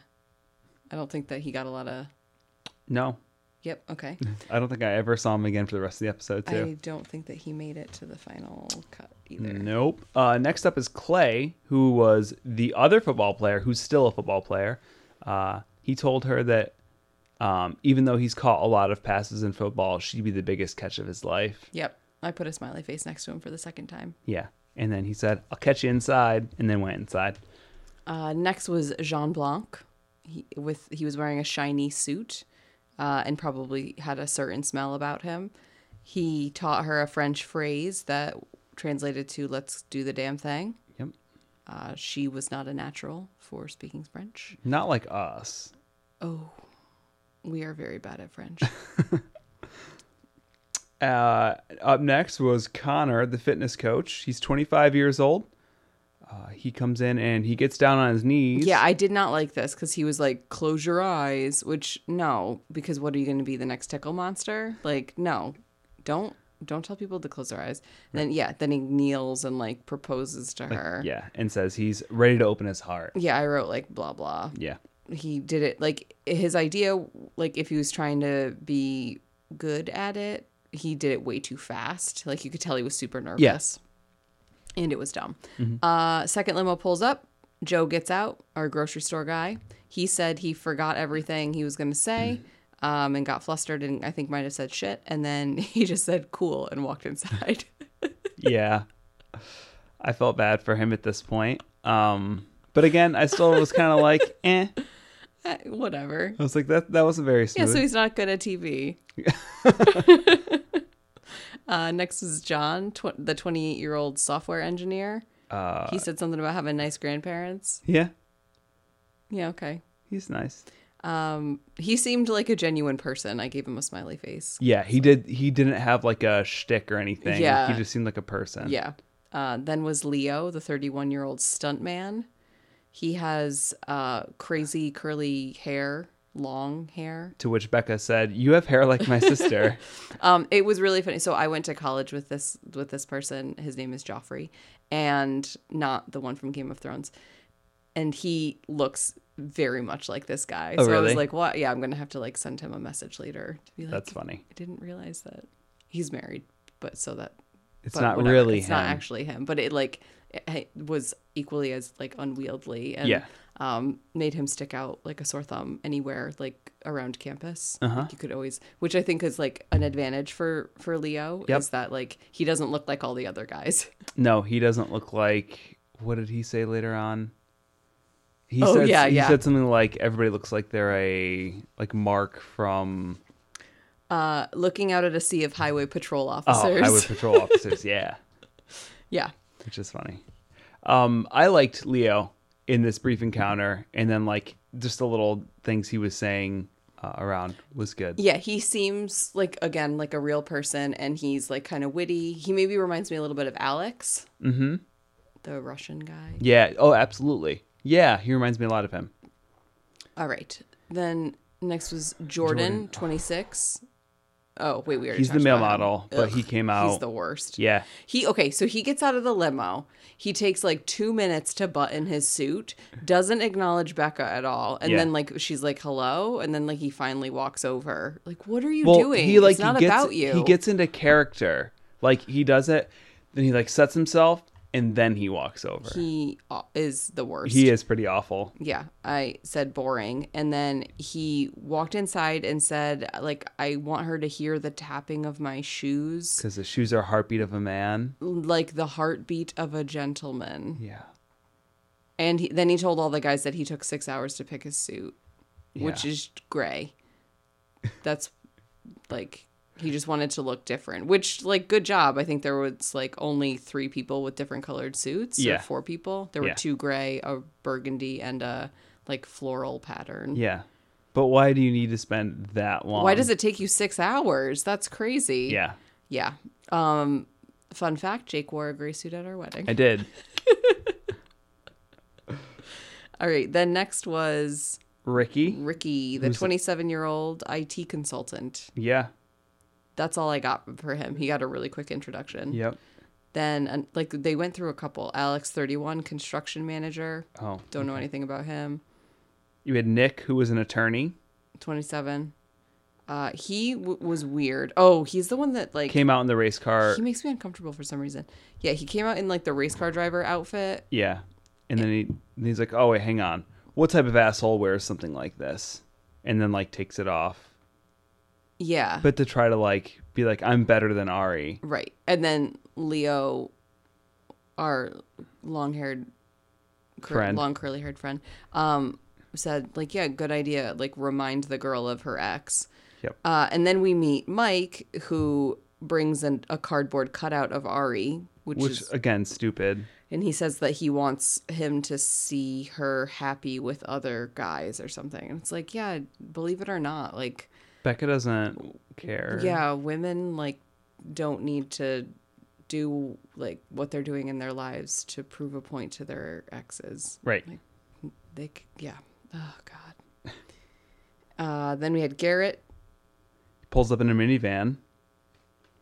Speaker 1: I don't think that he got a lot of.
Speaker 2: No,
Speaker 1: Yep. Okay.
Speaker 2: I don't think I ever saw him again for the rest of the episode
Speaker 1: I
Speaker 2: too.
Speaker 1: don't think that he made it to the final cut either.
Speaker 2: Nope. Uh, next up is Clay, who was the other football player, who's still a football player. Uh, he told her that um, even though he's caught a lot of passes in football, she'd be the biggest catch of his life.
Speaker 1: Yep. I put a smiley face next to him for the second time.
Speaker 2: Yeah. And then he said, I'll catch you inside. And then went inside.
Speaker 1: Uh, next was Jean Blanc. He, with he was wearing a shiny suit, uh, and probably had a certain smell about him. He taught her a French phrase that translated to "Let's do the damn thing."
Speaker 2: Yep.
Speaker 1: Uh, she was not a natural for speaking French.
Speaker 2: Not like us.
Speaker 1: Oh, we are very bad at (laughs) French.
Speaker 2: Uh, up next was Connor, the fitness coach. He's 25 years old. Uh, he comes in and he gets down on his knees.
Speaker 1: yeah, I did not like this because he was like, "Close your eyes," which no, because what are you going to be the next tickle monster? Like, no, don't don't tell people to close their eyes. And then yeah, then he kneels and like proposes to her.
Speaker 2: Yeah. And says he's ready to open his heart.
Speaker 1: Yeah, I wrote like blah blah.
Speaker 2: Yeah.
Speaker 1: He did it like his idea, like if he was trying to be good at it, he did it way too fast. Like you could tell he was super nervous.
Speaker 2: Yes.
Speaker 1: And it was dumb. Uh, second limo pulls up. Joe gets out, our grocery store guy. He said he forgot everything he was going to say um, and got flustered and I think might have said shit. And then (laughs) he just said cool and walked inside. (laughs)
Speaker 2: Yeah. I felt bad for him at this point. Um, but again, I still was kind of like, (laughs) eh.
Speaker 1: Eh, Whatever.
Speaker 2: I was like, that that wasn't very
Speaker 1: Yeah,
Speaker 2: smooth.
Speaker 1: so he's not good at TV. (laughs) uh, next is John, tw- the 28 year old software engineer.
Speaker 2: uh,
Speaker 1: he said something about having nice grandparents.
Speaker 2: yeah.
Speaker 1: Yeah, okay.
Speaker 2: He's nice.
Speaker 1: Um, he seemed like a genuine person. I gave him a smiley face.
Speaker 2: Yeah, he did. He didn't have like a shtick or anything.
Speaker 1: Yeah.
Speaker 2: he just seemed like a person.
Speaker 1: Yeah. Uh, then was Leo, the 31 year old stuntman. He has uh, crazy curly hair, long hair.
Speaker 2: To which Becca said, "You have hair like
Speaker 1: (laughs)
Speaker 2: my sister."
Speaker 1: Um, it was really funny. So I went to college with this with this person. His name is Joffrey, and not the one from Game of Thrones. And he looks very much like this guy.
Speaker 2: Oh,
Speaker 1: so I was
Speaker 2: really?
Speaker 1: like, "What? Yeah, I'm gonna have to like send him a message later to be like,
Speaker 2: That's funny.
Speaker 1: I didn't realize that he's married, but so that
Speaker 2: It's
Speaker 1: but
Speaker 2: not
Speaker 1: whatever,
Speaker 2: really
Speaker 1: it's
Speaker 2: him.
Speaker 1: not actually him but it like it- it was equally as like unwieldy and
Speaker 2: Yeah.
Speaker 1: um made him stick out like a sore thumb anywhere like around campus
Speaker 2: Uh-huh.
Speaker 1: like, you could always which i think is like an advantage for for leo
Speaker 2: Yep.
Speaker 1: is that like he doesn't look like all the other guys (laughs)
Speaker 2: No, he doesn't look like. What did he say later on? He
Speaker 1: Oh,
Speaker 2: said,
Speaker 1: yeah,
Speaker 2: he
Speaker 1: yeah.
Speaker 2: said something like everybody looks like they're a like Mark from
Speaker 1: uh looking out at a sea of highway patrol
Speaker 2: oh,
Speaker 1: officers
Speaker 2: Highway Patrol officers. Yeah,
Speaker 1: (laughs) yeah
Speaker 2: which is funny. Um, I liked Leo in this brief encounter, and then like just the little things he was saying uh, around was good.
Speaker 1: yeah he seems like again like a real person and he's like kind of witty he maybe reminds me a little bit of alex mm-hmm the russian guy
Speaker 2: Yeah. Oh, absolutely. Yeah, he reminds me a lot of him.
Speaker 1: All right. Then next was Jordan,
Speaker 2: Jordan.
Speaker 1: 26. Oh, wait, we already
Speaker 2: He's the
Speaker 1: talked
Speaker 2: male
Speaker 1: about him.
Speaker 2: model, but he came
Speaker 1: He's
Speaker 2: out-
Speaker 1: the worst.
Speaker 2: Yeah.
Speaker 1: He okay, so he gets out of the limo. He takes like two minutes to button his suit, doesn't acknowledge Becca at all, and
Speaker 2: Yeah.
Speaker 1: then like she's like hello, and then like he finally walks over. Like, what are you doing?
Speaker 2: He like
Speaker 1: it's not
Speaker 2: he gets,
Speaker 1: about you.
Speaker 2: He gets into character. Like he does it, then he like sets himself, and then he walks over. He,
Speaker 1: he uh, is the worst.
Speaker 2: is pretty awful.
Speaker 1: yeah i said boring and then he walked inside and said like i want her to hear the tapping of my shoes
Speaker 2: Because the shoes are heartbeat of a man.
Speaker 1: like the heartbeat of a gentleman
Speaker 2: Yeah.
Speaker 1: and he, then he told all the guys that he took six hours to pick his suit which
Speaker 2: Yeah.
Speaker 1: is gray that's like he just wanted to look different which like good job i think there was like only three people with different colored suits or
Speaker 2: Yeah.
Speaker 1: four people there were
Speaker 2: Yeah.
Speaker 1: two gray a burgundy and a like floral pattern
Speaker 2: Yeah. But why do you need to spend that long?
Speaker 1: Why does it take you six hours? That's crazy.
Speaker 2: Yeah,
Speaker 1: Yeah. Um, fun fact Jake wore a gray suit at our wedding.
Speaker 2: I did.
Speaker 1: All right. Then next was
Speaker 2: Ricky.
Speaker 1: Ricky, the 27 year old IT consultant.
Speaker 2: Yeah.
Speaker 1: That's all I got for him. He got a really quick introduction.
Speaker 2: Yep.
Speaker 1: Then, uh, like, they went through a couple. Alex, 31, construction manager.
Speaker 2: Oh,
Speaker 1: Don't know anything about him.
Speaker 2: you had Nick, who was an attorney,
Speaker 1: 27. Uh, he w- was weird. Oh, he's the one that, like,
Speaker 2: came out in the race car.
Speaker 1: he makes me uncomfortable for some reason. Yeah, he came out in, like, the race car driver outfit.
Speaker 2: Yeah. And then he and he's like, "Oh wait, hang on. What type of asshole wears something like this?" And then like takes it off.
Speaker 1: Yeah.
Speaker 2: but to try to like be like I'm better than Ari.
Speaker 1: Right. And then Leo, our long haired, cur-
Speaker 2: Friend.
Speaker 1: long curly haired friend, um, said, like, yeah, good idea. Like, remind the girl of her ex.
Speaker 2: Yep.
Speaker 1: Uh, and then we meet Mike, who brings an, a cardboard cutout of Ari, which,
Speaker 2: Which uh,
Speaker 1: is,
Speaker 2: again, stupid.
Speaker 1: and he says that he wants him to see her happy with other guys or something. And it's like, yeah, believe it or not, like,
Speaker 2: Becca doesn't care.
Speaker 1: yeah women like don't need to do like what they're doing in their lives to prove a point to their exes
Speaker 2: Right.
Speaker 1: they c- yeah oh god (laughs) uh then we had garrett
Speaker 2: Pulls up in a minivan.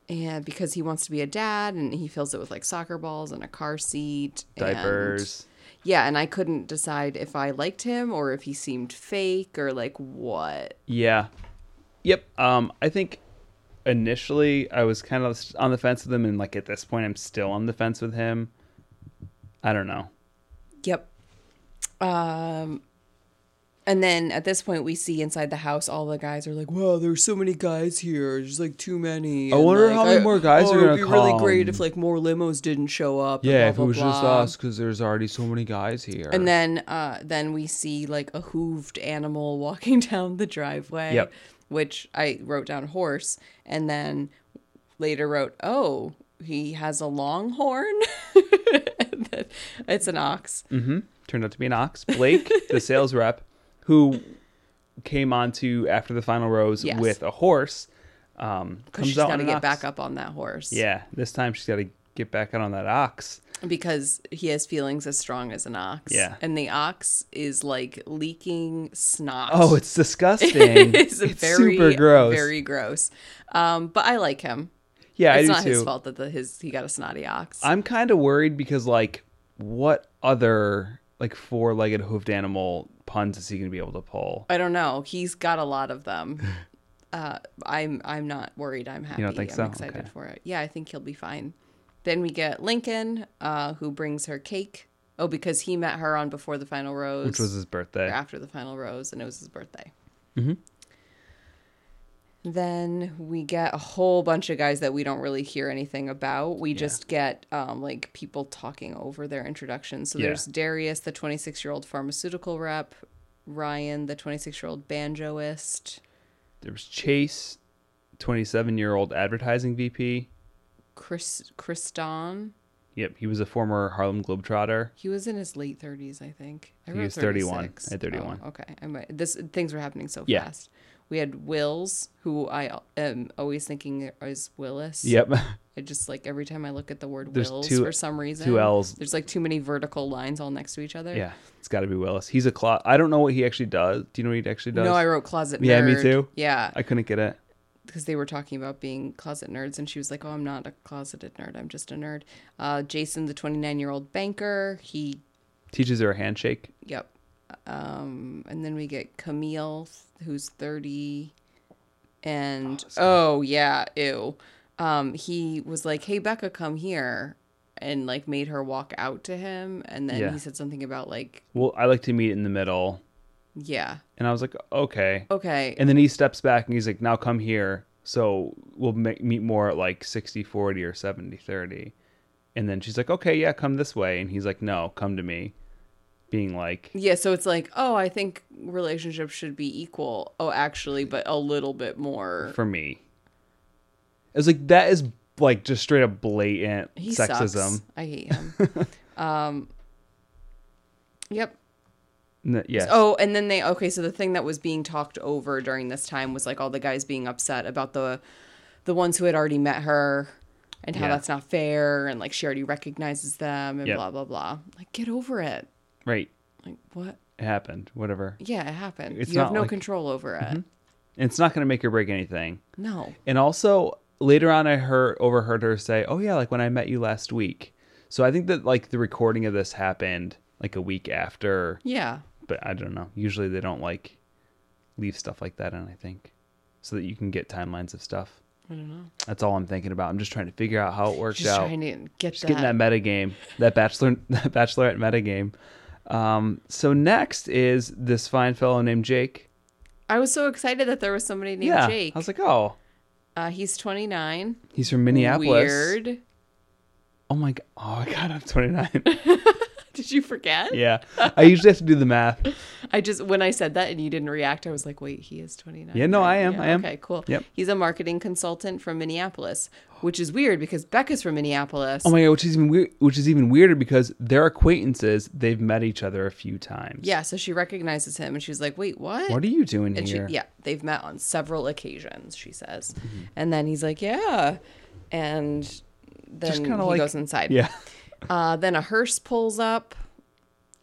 Speaker 1: and because he wants to be a dad and he fills it with like soccer balls and a car seat and-
Speaker 2: Diapers.
Speaker 1: yeah and i couldn't decide if i liked him or if he seemed fake or like what
Speaker 2: Yeah. Yep. Um, I think initially I was kind of on the fence with him, and like at this point, I'm still on the fence with him. I don't know.
Speaker 1: Yep. Um, and then at this point, we see inside the house, all the guys are like, "Wow, there's so many guys here. There's like too many." "Oh, I
Speaker 2: wonder how many more guys are
Speaker 1: It'd
Speaker 2: gonna
Speaker 1: be really
Speaker 2: come."
Speaker 1: great if like more limos didn't show up. and blah, blah, blah.
Speaker 2: because there's already so many guys here.
Speaker 1: And then, uh, then we see like a hooved animal (laughs) walking down the driveway.
Speaker 2: Yep.
Speaker 1: Which I wrote down horse, and then later wrote, "Oh, he has a long horn." (laughs) And then- it's an ox.
Speaker 2: turned out to be an ox.
Speaker 1: (laughs)
Speaker 2: Blake, the sales rep, who came on to after the final rows
Speaker 1: Yes.
Speaker 2: with a horse, um,
Speaker 1: because
Speaker 2: comes
Speaker 1: she's
Speaker 2: out
Speaker 1: got to
Speaker 2: on an
Speaker 1: get
Speaker 2: ox.
Speaker 1: back up on that horse.
Speaker 2: Yeah, this time she's got to get back out on that ox.
Speaker 1: Because he has feelings as strong as an ox.
Speaker 2: Yeah.
Speaker 1: And the ox is like leaking snot. (laughs)
Speaker 2: Oh, it's disgusting.
Speaker 1: it's, very,
Speaker 2: super gross.
Speaker 1: Very gross. Um, but I like him.
Speaker 2: yeah, I
Speaker 1: it's
Speaker 2: do
Speaker 1: not
Speaker 2: too.
Speaker 1: his fault that the, his he got a snotty ox.
Speaker 2: I'm kind of worried because like, what other like four-legged hoofed animal puns is he going to be able to pull?
Speaker 1: I don't know. He's got a lot of
Speaker 2: (laughs)
Speaker 1: them. Uh, I'm I'm not worried. I'm happy.
Speaker 2: don't think
Speaker 1: I'm
Speaker 2: so?
Speaker 1: excited
Speaker 2: Okay.
Speaker 1: for it. Yeah, I think he'll be fine. Then we get Lincoln, uh, who brings her cake. Oh, because he met her on Before the Final Rose,
Speaker 2: which was his
Speaker 1: or
Speaker 2: birthday.
Speaker 1: after the Final Rose, and it was his birthday. Then we get a whole bunch of guys that we don't really hear anything about. We just get um, like people talking over their introductions. So
Speaker 2: Yeah.
Speaker 1: there's Darius, the 26 year old pharmaceutical rep, Ryan, the 26 year old banjoist,
Speaker 2: There was Chase, 27 year old advertising VP.
Speaker 1: Chris Kriston.
Speaker 2: Yep, he was a former Harlem Globetrotter.
Speaker 1: He was in his late 30s, I think. I
Speaker 2: He
Speaker 1: wrote
Speaker 2: was 31.
Speaker 1: 36.
Speaker 2: I had 31.
Speaker 1: Oh, okay, I might, this things were happening so
Speaker 2: Yeah.
Speaker 1: fast. We had Wills, who I am always thinking is Willis.
Speaker 2: Yep.
Speaker 1: I just like every time I look at the word
Speaker 2: There's
Speaker 1: wills
Speaker 2: two-
Speaker 1: for some reason.
Speaker 2: L's.
Speaker 1: There's like too many vertical lines all next to each other.
Speaker 2: yeah, it's got to be Willis. He's a closet. I don't know what he actually does. Do you know what he actually does?
Speaker 1: No, I wrote closet nerd.
Speaker 2: Yeah, me too.
Speaker 1: Yeah,
Speaker 2: I couldn't get it.
Speaker 1: because they were talking about being closet nerds, and she was like, "Oh, I'm not a closeted nerd. I'm just a nerd." Uh, Jason, the 29 year old banker. He,
Speaker 2: Teaches her a handshake.
Speaker 1: yep. Um, and then we get Camille, who's 30, and oh, yeah, ew. Um, he was like, "Hey, Becca, come here." And like made her walk out to him, and then
Speaker 2: Yeah.
Speaker 1: he said something about like,
Speaker 2: Well, I like to meet in the middle.
Speaker 1: yeah,
Speaker 2: And I was like, okay.
Speaker 1: Okay.
Speaker 2: And then he steps back and he's like, now come here. So we'll ma- meet more at like 60 40 or 70 30. And then she's like, okay, yeah, come this way. And he's like, no, come to me. Being like,
Speaker 1: yeah, so it's like, oh, I think relationships should be equal. Oh, actually, but a little bit more.
Speaker 2: for me. I was like, that is like just straight up blatant
Speaker 1: He
Speaker 2: sexism.
Speaker 1: sucks. I hate
Speaker 2: (laughs)
Speaker 1: him. um Yep.
Speaker 2: N- yes.
Speaker 1: Oh, and then they okay, so the thing that was being talked over during this time was like all the guys being upset about the the ones who had already met her and how
Speaker 2: Yeah.
Speaker 1: that's not fair and like she already recognizes them and
Speaker 2: Yep.
Speaker 1: blah blah blah. Like get over it.
Speaker 2: Right.
Speaker 1: Like what?
Speaker 2: It happened. Whatever.
Speaker 1: Yeah, it happened.
Speaker 2: It's
Speaker 1: you have
Speaker 2: not
Speaker 1: no
Speaker 2: like- Mm-hmm.
Speaker 1: control over it.
Speaker 2: And it's not going to make or break anything.
Speaker 1: No.
Speaker 2: And also later on, I heard overheard her say, "Oh yeah, like when I met you last week." So I think that like the recording of this happened like a week after,
Speaker 1: Yeah.
Speaker 2: but I don't know. Usually they don't like leave stuff like that in. I think so that you can get timelines of stuff.
Speaker 1: I don't know.
Speaker 2: That's all I'm thinking about. I'm just trying to figure out how it worked
Speaker 1: Just
Speaker 2: out.
Speaker 1: trying to get
Speaker 2: just getting that meta game, that bachelor, (laughs) that bachelorette meta game. Um, so next is this fine fellow named Jake.
Speaker 1: I was so excited that there was somebody named
Speaker 2: yeah,
Speaker 1: Jake.
Speaker 2: I was like, oh,
Speaker 1: uh, he's 29.
Speaker 2: he's from Minneapolis.
Speaker 1: Weird. (laughs)
Speaker 2: Oh my god! Oh my god! I'm 29.
Speaker 1: Did you forget?
Speaker 2: (laughs) Yeah. I usually have to do the math.
Speaker 1: I just when I said that and you didn't react, I was like, wait, he is 29.
Speaker 2: Yeah, no,
Speaker 1: right?
Speaker 2: I am, I am.
Speaker 1: Okay, cool.
Speaker 2: Yep.
Speaker 1: He's a marketing consultant from Minneapolis, which is weird because Becca's from Minneapolis.
Speaker 2: Oh my god, which is even weird, which is even weirder because they're acquaintances. They've met each other a few times.
Speaker 1: yeah, so she recognizes him and she's like, wait, what?
Speaker 2: What are you doing
Speaker 1: and she,
Speaker 2: here?
Speaker 1: yeah, they've met on several occasions, she says.
Speaker 2: Mm-hmm.
Speaker 1: And then he's like, yeah. And then he
Speaker 2: kinda like-
Speaker 1: goes inside.
Speaker 2: Yeah.
Speaker 1: Uh, then a hearse pulls up,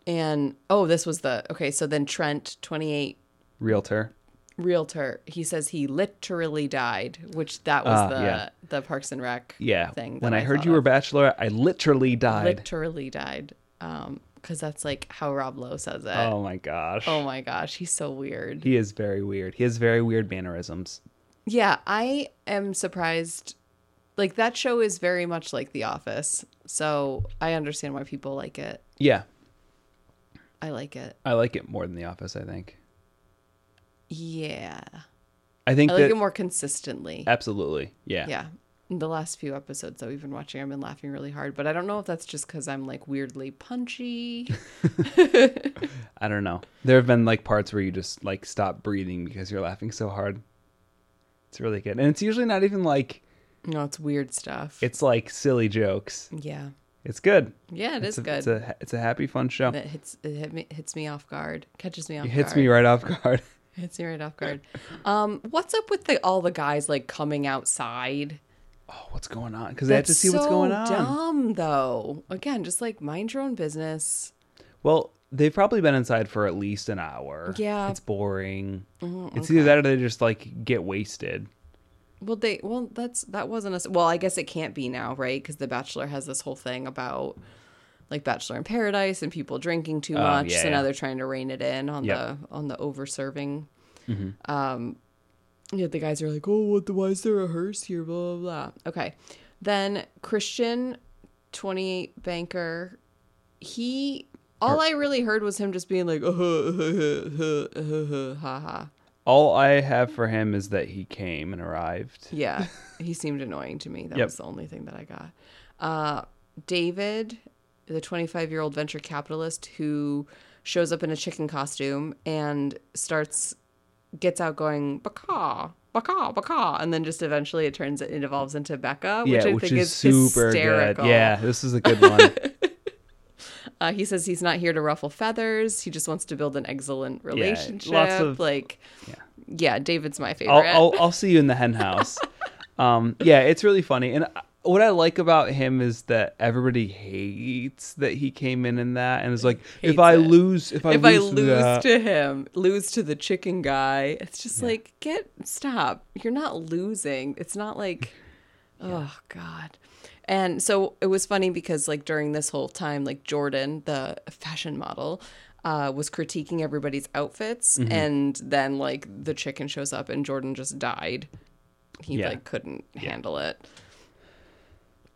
Speaker 1: and oh, this was the okay. So then Trent, 28,
Speaker 2: Realtor.
Speaker 1: realtor, he says he literally died, which that was
Speaker 2: Ah,
Speaker 1: the
Speaker 2: yeah.
Speaker 1: the Parks and Rec
Speaker 2: Yeah.
Speaker 1: thing.
Speaker 2: when
Speaker 1: that
Speaker 2: I heard
Speaker 1: thought
Speaker 2: you were
Speaker 1: of.
Speaker 2: bachelorette, I literally died.
Speaker 1: literally died, um, because that's like how Rob Lowe says it. Oh.
Speaker 2: oh my gosh.
Speaker 1: my gosh, he's so weird.
Speaker 2: He is very weird. He has very weird mannerisms.
Speaker 1: Yeah, I am surprised. Like that show is very much like The Office, so I understand why people like it.
Speaker 2: Yeah.
Speaker 1: I like it.
Speaker 2: I like it more than The Office, I think.
Speaker 1: Yeah,
Speaker 2: I think
Speaker 1: I like
Speaker 2: that
Speaker 1: it more consistently.
Speaker 2: Uh, absolutely. Yeah.
Speaker 1: yeah In the last few episodes that we've been watching i've been laughing really hard but i don't know if that's just because i'm like weirdly punchy
Speaker 2: I don't know. There have been like parts where you just like stop breathing because you're laughing so hard. It's really good. And it's usually not even like
Speaker 1: no it's weird stuff
Speaker 2: it's like silly jokes.
Speaker 1: yeah
Speaker 2: It's good.
Speaker 1: yeah it is
Speaker 2: it's a,
Speaker 1: good
Speaker 2: It's a it's a happy fun show.
Speaker 1: it hits it hit me, hits me off guard catches me off
Speaker 2: It hits
Speaker 1: guard.
Speaker 2: me right off guard. (laughs)
Speaker 1: hits me right off guard um what's up with the all the guys like coming outside
Speaker 2: Oh, what's going on? Because they have to see what's going on.
Speaker 1: dumb though again just like mind your own business
Speaker 2: Well, they've probably been inside for at least an hour.
Speaker 1: Yeah. Mm-hmm,
Speaker 2: it's boring. It's either that or they just like get wasted.
Speaker 1: Well, they well that's that wasn't a s- well. I guess it can't be now, right? Because The Bachelor has this whole thing about like Bachelor in Paradise and people drinking too much,
Speaker 2: Oh, yeah,
Speaker 1: so
Speaker 2: yeah.
Speaker 1: now they're trying to rein it in on
Speaker 2: Yep. Mm-hmm.
Speaker 1: the on the over serving. Um, yeah, the guys are like, oh, what the why is there a hearse here? Blah blah blah. Okay, then Christian, 28 banker, he all I really heard was him just being like, uh, huh, huh, huh, huh, huh, huh, uh-huh, ha ha.
Speaker 2: All I have for him is that he came and arrived. (laughs)
Speaker 1: Yeah, he seemed annoying to me. That
Speaker 2: Yep.
Speaker 1: was the only thing that I got. Uh, David, the 25 year old venture capitalist who shows up in a chicken costume and starts, gets out going, baka, baka, baka. And then just eventually it turns, it evolves into Becca, which
Speaker 2: yeah,
Speaker 1: I
Speaker 2: which
Speaker 1: think
Speaker 2: is,
Speaker 1: is
Speaker 2: super
Speaker 1: hysterical.
Speaker 2: good. Yeah, this is a
Speaker 1: (laughs)
Speaker 2: good one.
Speaker 1: Uh, he says he's not here to ruffle feathers. He just wants to build an excellent relationship.
Speaker 2: of-
Speaker 1: like,
Speaker 2: yeah.
Speaker 1: yeah. David's my favorite.
Speaker 2: I'll, I'll, I'll see you in the
Speaker 1: (laughs)
Speaker 2: hen house. um, yeah, it's really funny. And I- what I like about him is that everybody hates that he came in in that and is like, if
Speaker 1: Hates
Speaker 2: I
Speaker 1: it.
Speaker 2: lose, if I
Speaker 1: if I
Speaker 2: lose, to
Speaker 1: lose
Speaker 2: that-
Speaker 1: to him, lose to the chicken guy, it's just like, get, stop. You're not losing. It's not
Speaker 2: (laughs)
Speaker 1: like, oh, God. And so it was funny because, like, during this whole time, like, Jordan, the fashion model, uh, was critiquing everybody's outfits.
Speaker 2: Mm-hmm.
Speaker 1: And then, like, the chicken shows up and Jordan just died. He,
Speaker 2: Yeah.
Speaker 1: like, couldn't handle it.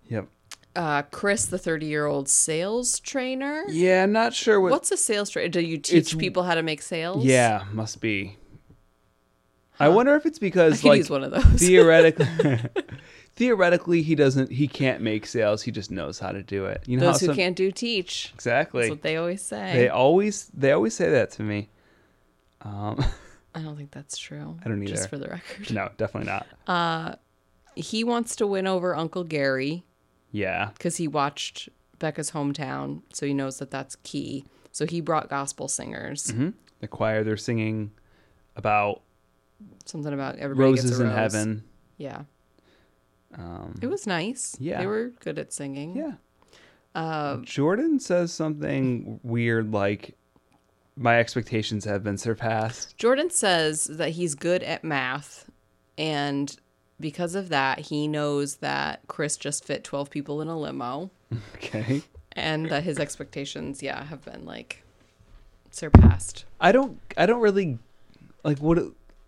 Speaker 2: Yep.
Speaker 1: Uh, Chris, the 30 year old sales trainer.
Speaker 2: Yeah, I'm not sure what.
Speaker 1: What's a sales trainer? Do you teach
Speaker 2: It's-
Speaker 1: people how to make sales?
Speaker 2: Yeah, must be. I wonder if it's because
Speaker 1: could
Speaker 2: like
Speaker 1: use one of those.
Speaker 2: theoretically,
Speaker 1: (laughs)
Speaker 2: (laughs) theoretically he doesn't, he can't make sales. He just knows how to do it. You know how
Speaker 1: Those who
Speaker 2: some-
Speaker 1: can't do teach.
Speaker 2: exactly.
Speaker 1: That's what they always say.
Speaker 2: They always they always say that to me. Um,
Speaker 1: I don't think that's true.
Speaker 2: I don't either.
Speaker 1: Just for the record.
Speaker 2: no, definitely not.
Speaker 1: Uh, He wants to win over Uncle Gary
Speaker 2: Yeah,
Speaker 1: because he watched Becca's hometown, so he knows that that's key. So he brought gospel singers.
Speaker 2: hmm the choir they're singing about
Speaker 1: Something about everybody
Speaker 2: roses
Speaker 1: gets a
Speaker 2: in
Speaker 1: rose.
Speaker 2: heaven.
Speaker 1: Yeah,
Speaker 2: Um,
Speaker 1: it was nice.
Speaker 2: Yeah.
Speaker 1: they were good at singing.
Speaker 2: yeah.
Speaker 1: Um,
Speaker 2: Jordan says something weird like, "My expectations have
Speaker 1: (laughs)
Speaker 2: been surpassed."
Speaker 1: Jordan says that he's good at math, and because of that, he knows that Chris just fit twelve people in a limo.
Speaker 2: Okay,
Speaker 1: and that his expectations, yeah, have been like surpassed.
Speaker 2: I don't I don't really like what.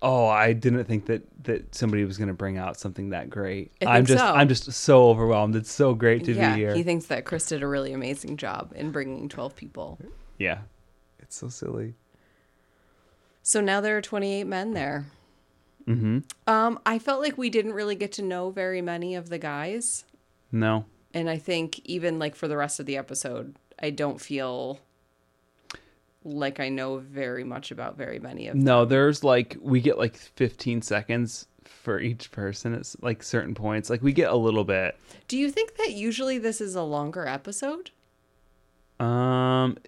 Speaker 2: Oh, I didn't think that that somebody was going to bring out something that great.
Speaker 1: I
Speaker 2: I'm
Speaker 1: think
Speaker 2: just
Speaker 1: so.
Speaker 2: I'm just so overwhelmed. It's so great to
Speaker 1: yeah,
Speaker 2: be here.
Speaker 1: he thinks that Chris did a really amazing job in bringing 12 people.
Speaker 2: yeah, it's so silly.
Speaker 1: So now there are 28 men there. Mm-hmm. Um, I felt like we didn't really get to know very many of the guys,
Speaker 2: No,
Speaker 1: and I think even like for the rest of the episode, I don't feel like I know very much about very many of.
Speaker 2: No, there's like we get like 15 seconds for each person. It's like certain points. Like we get a little bit.
Speaker 1: Do you think that usually this is a longer episode?
Speaker 2: Um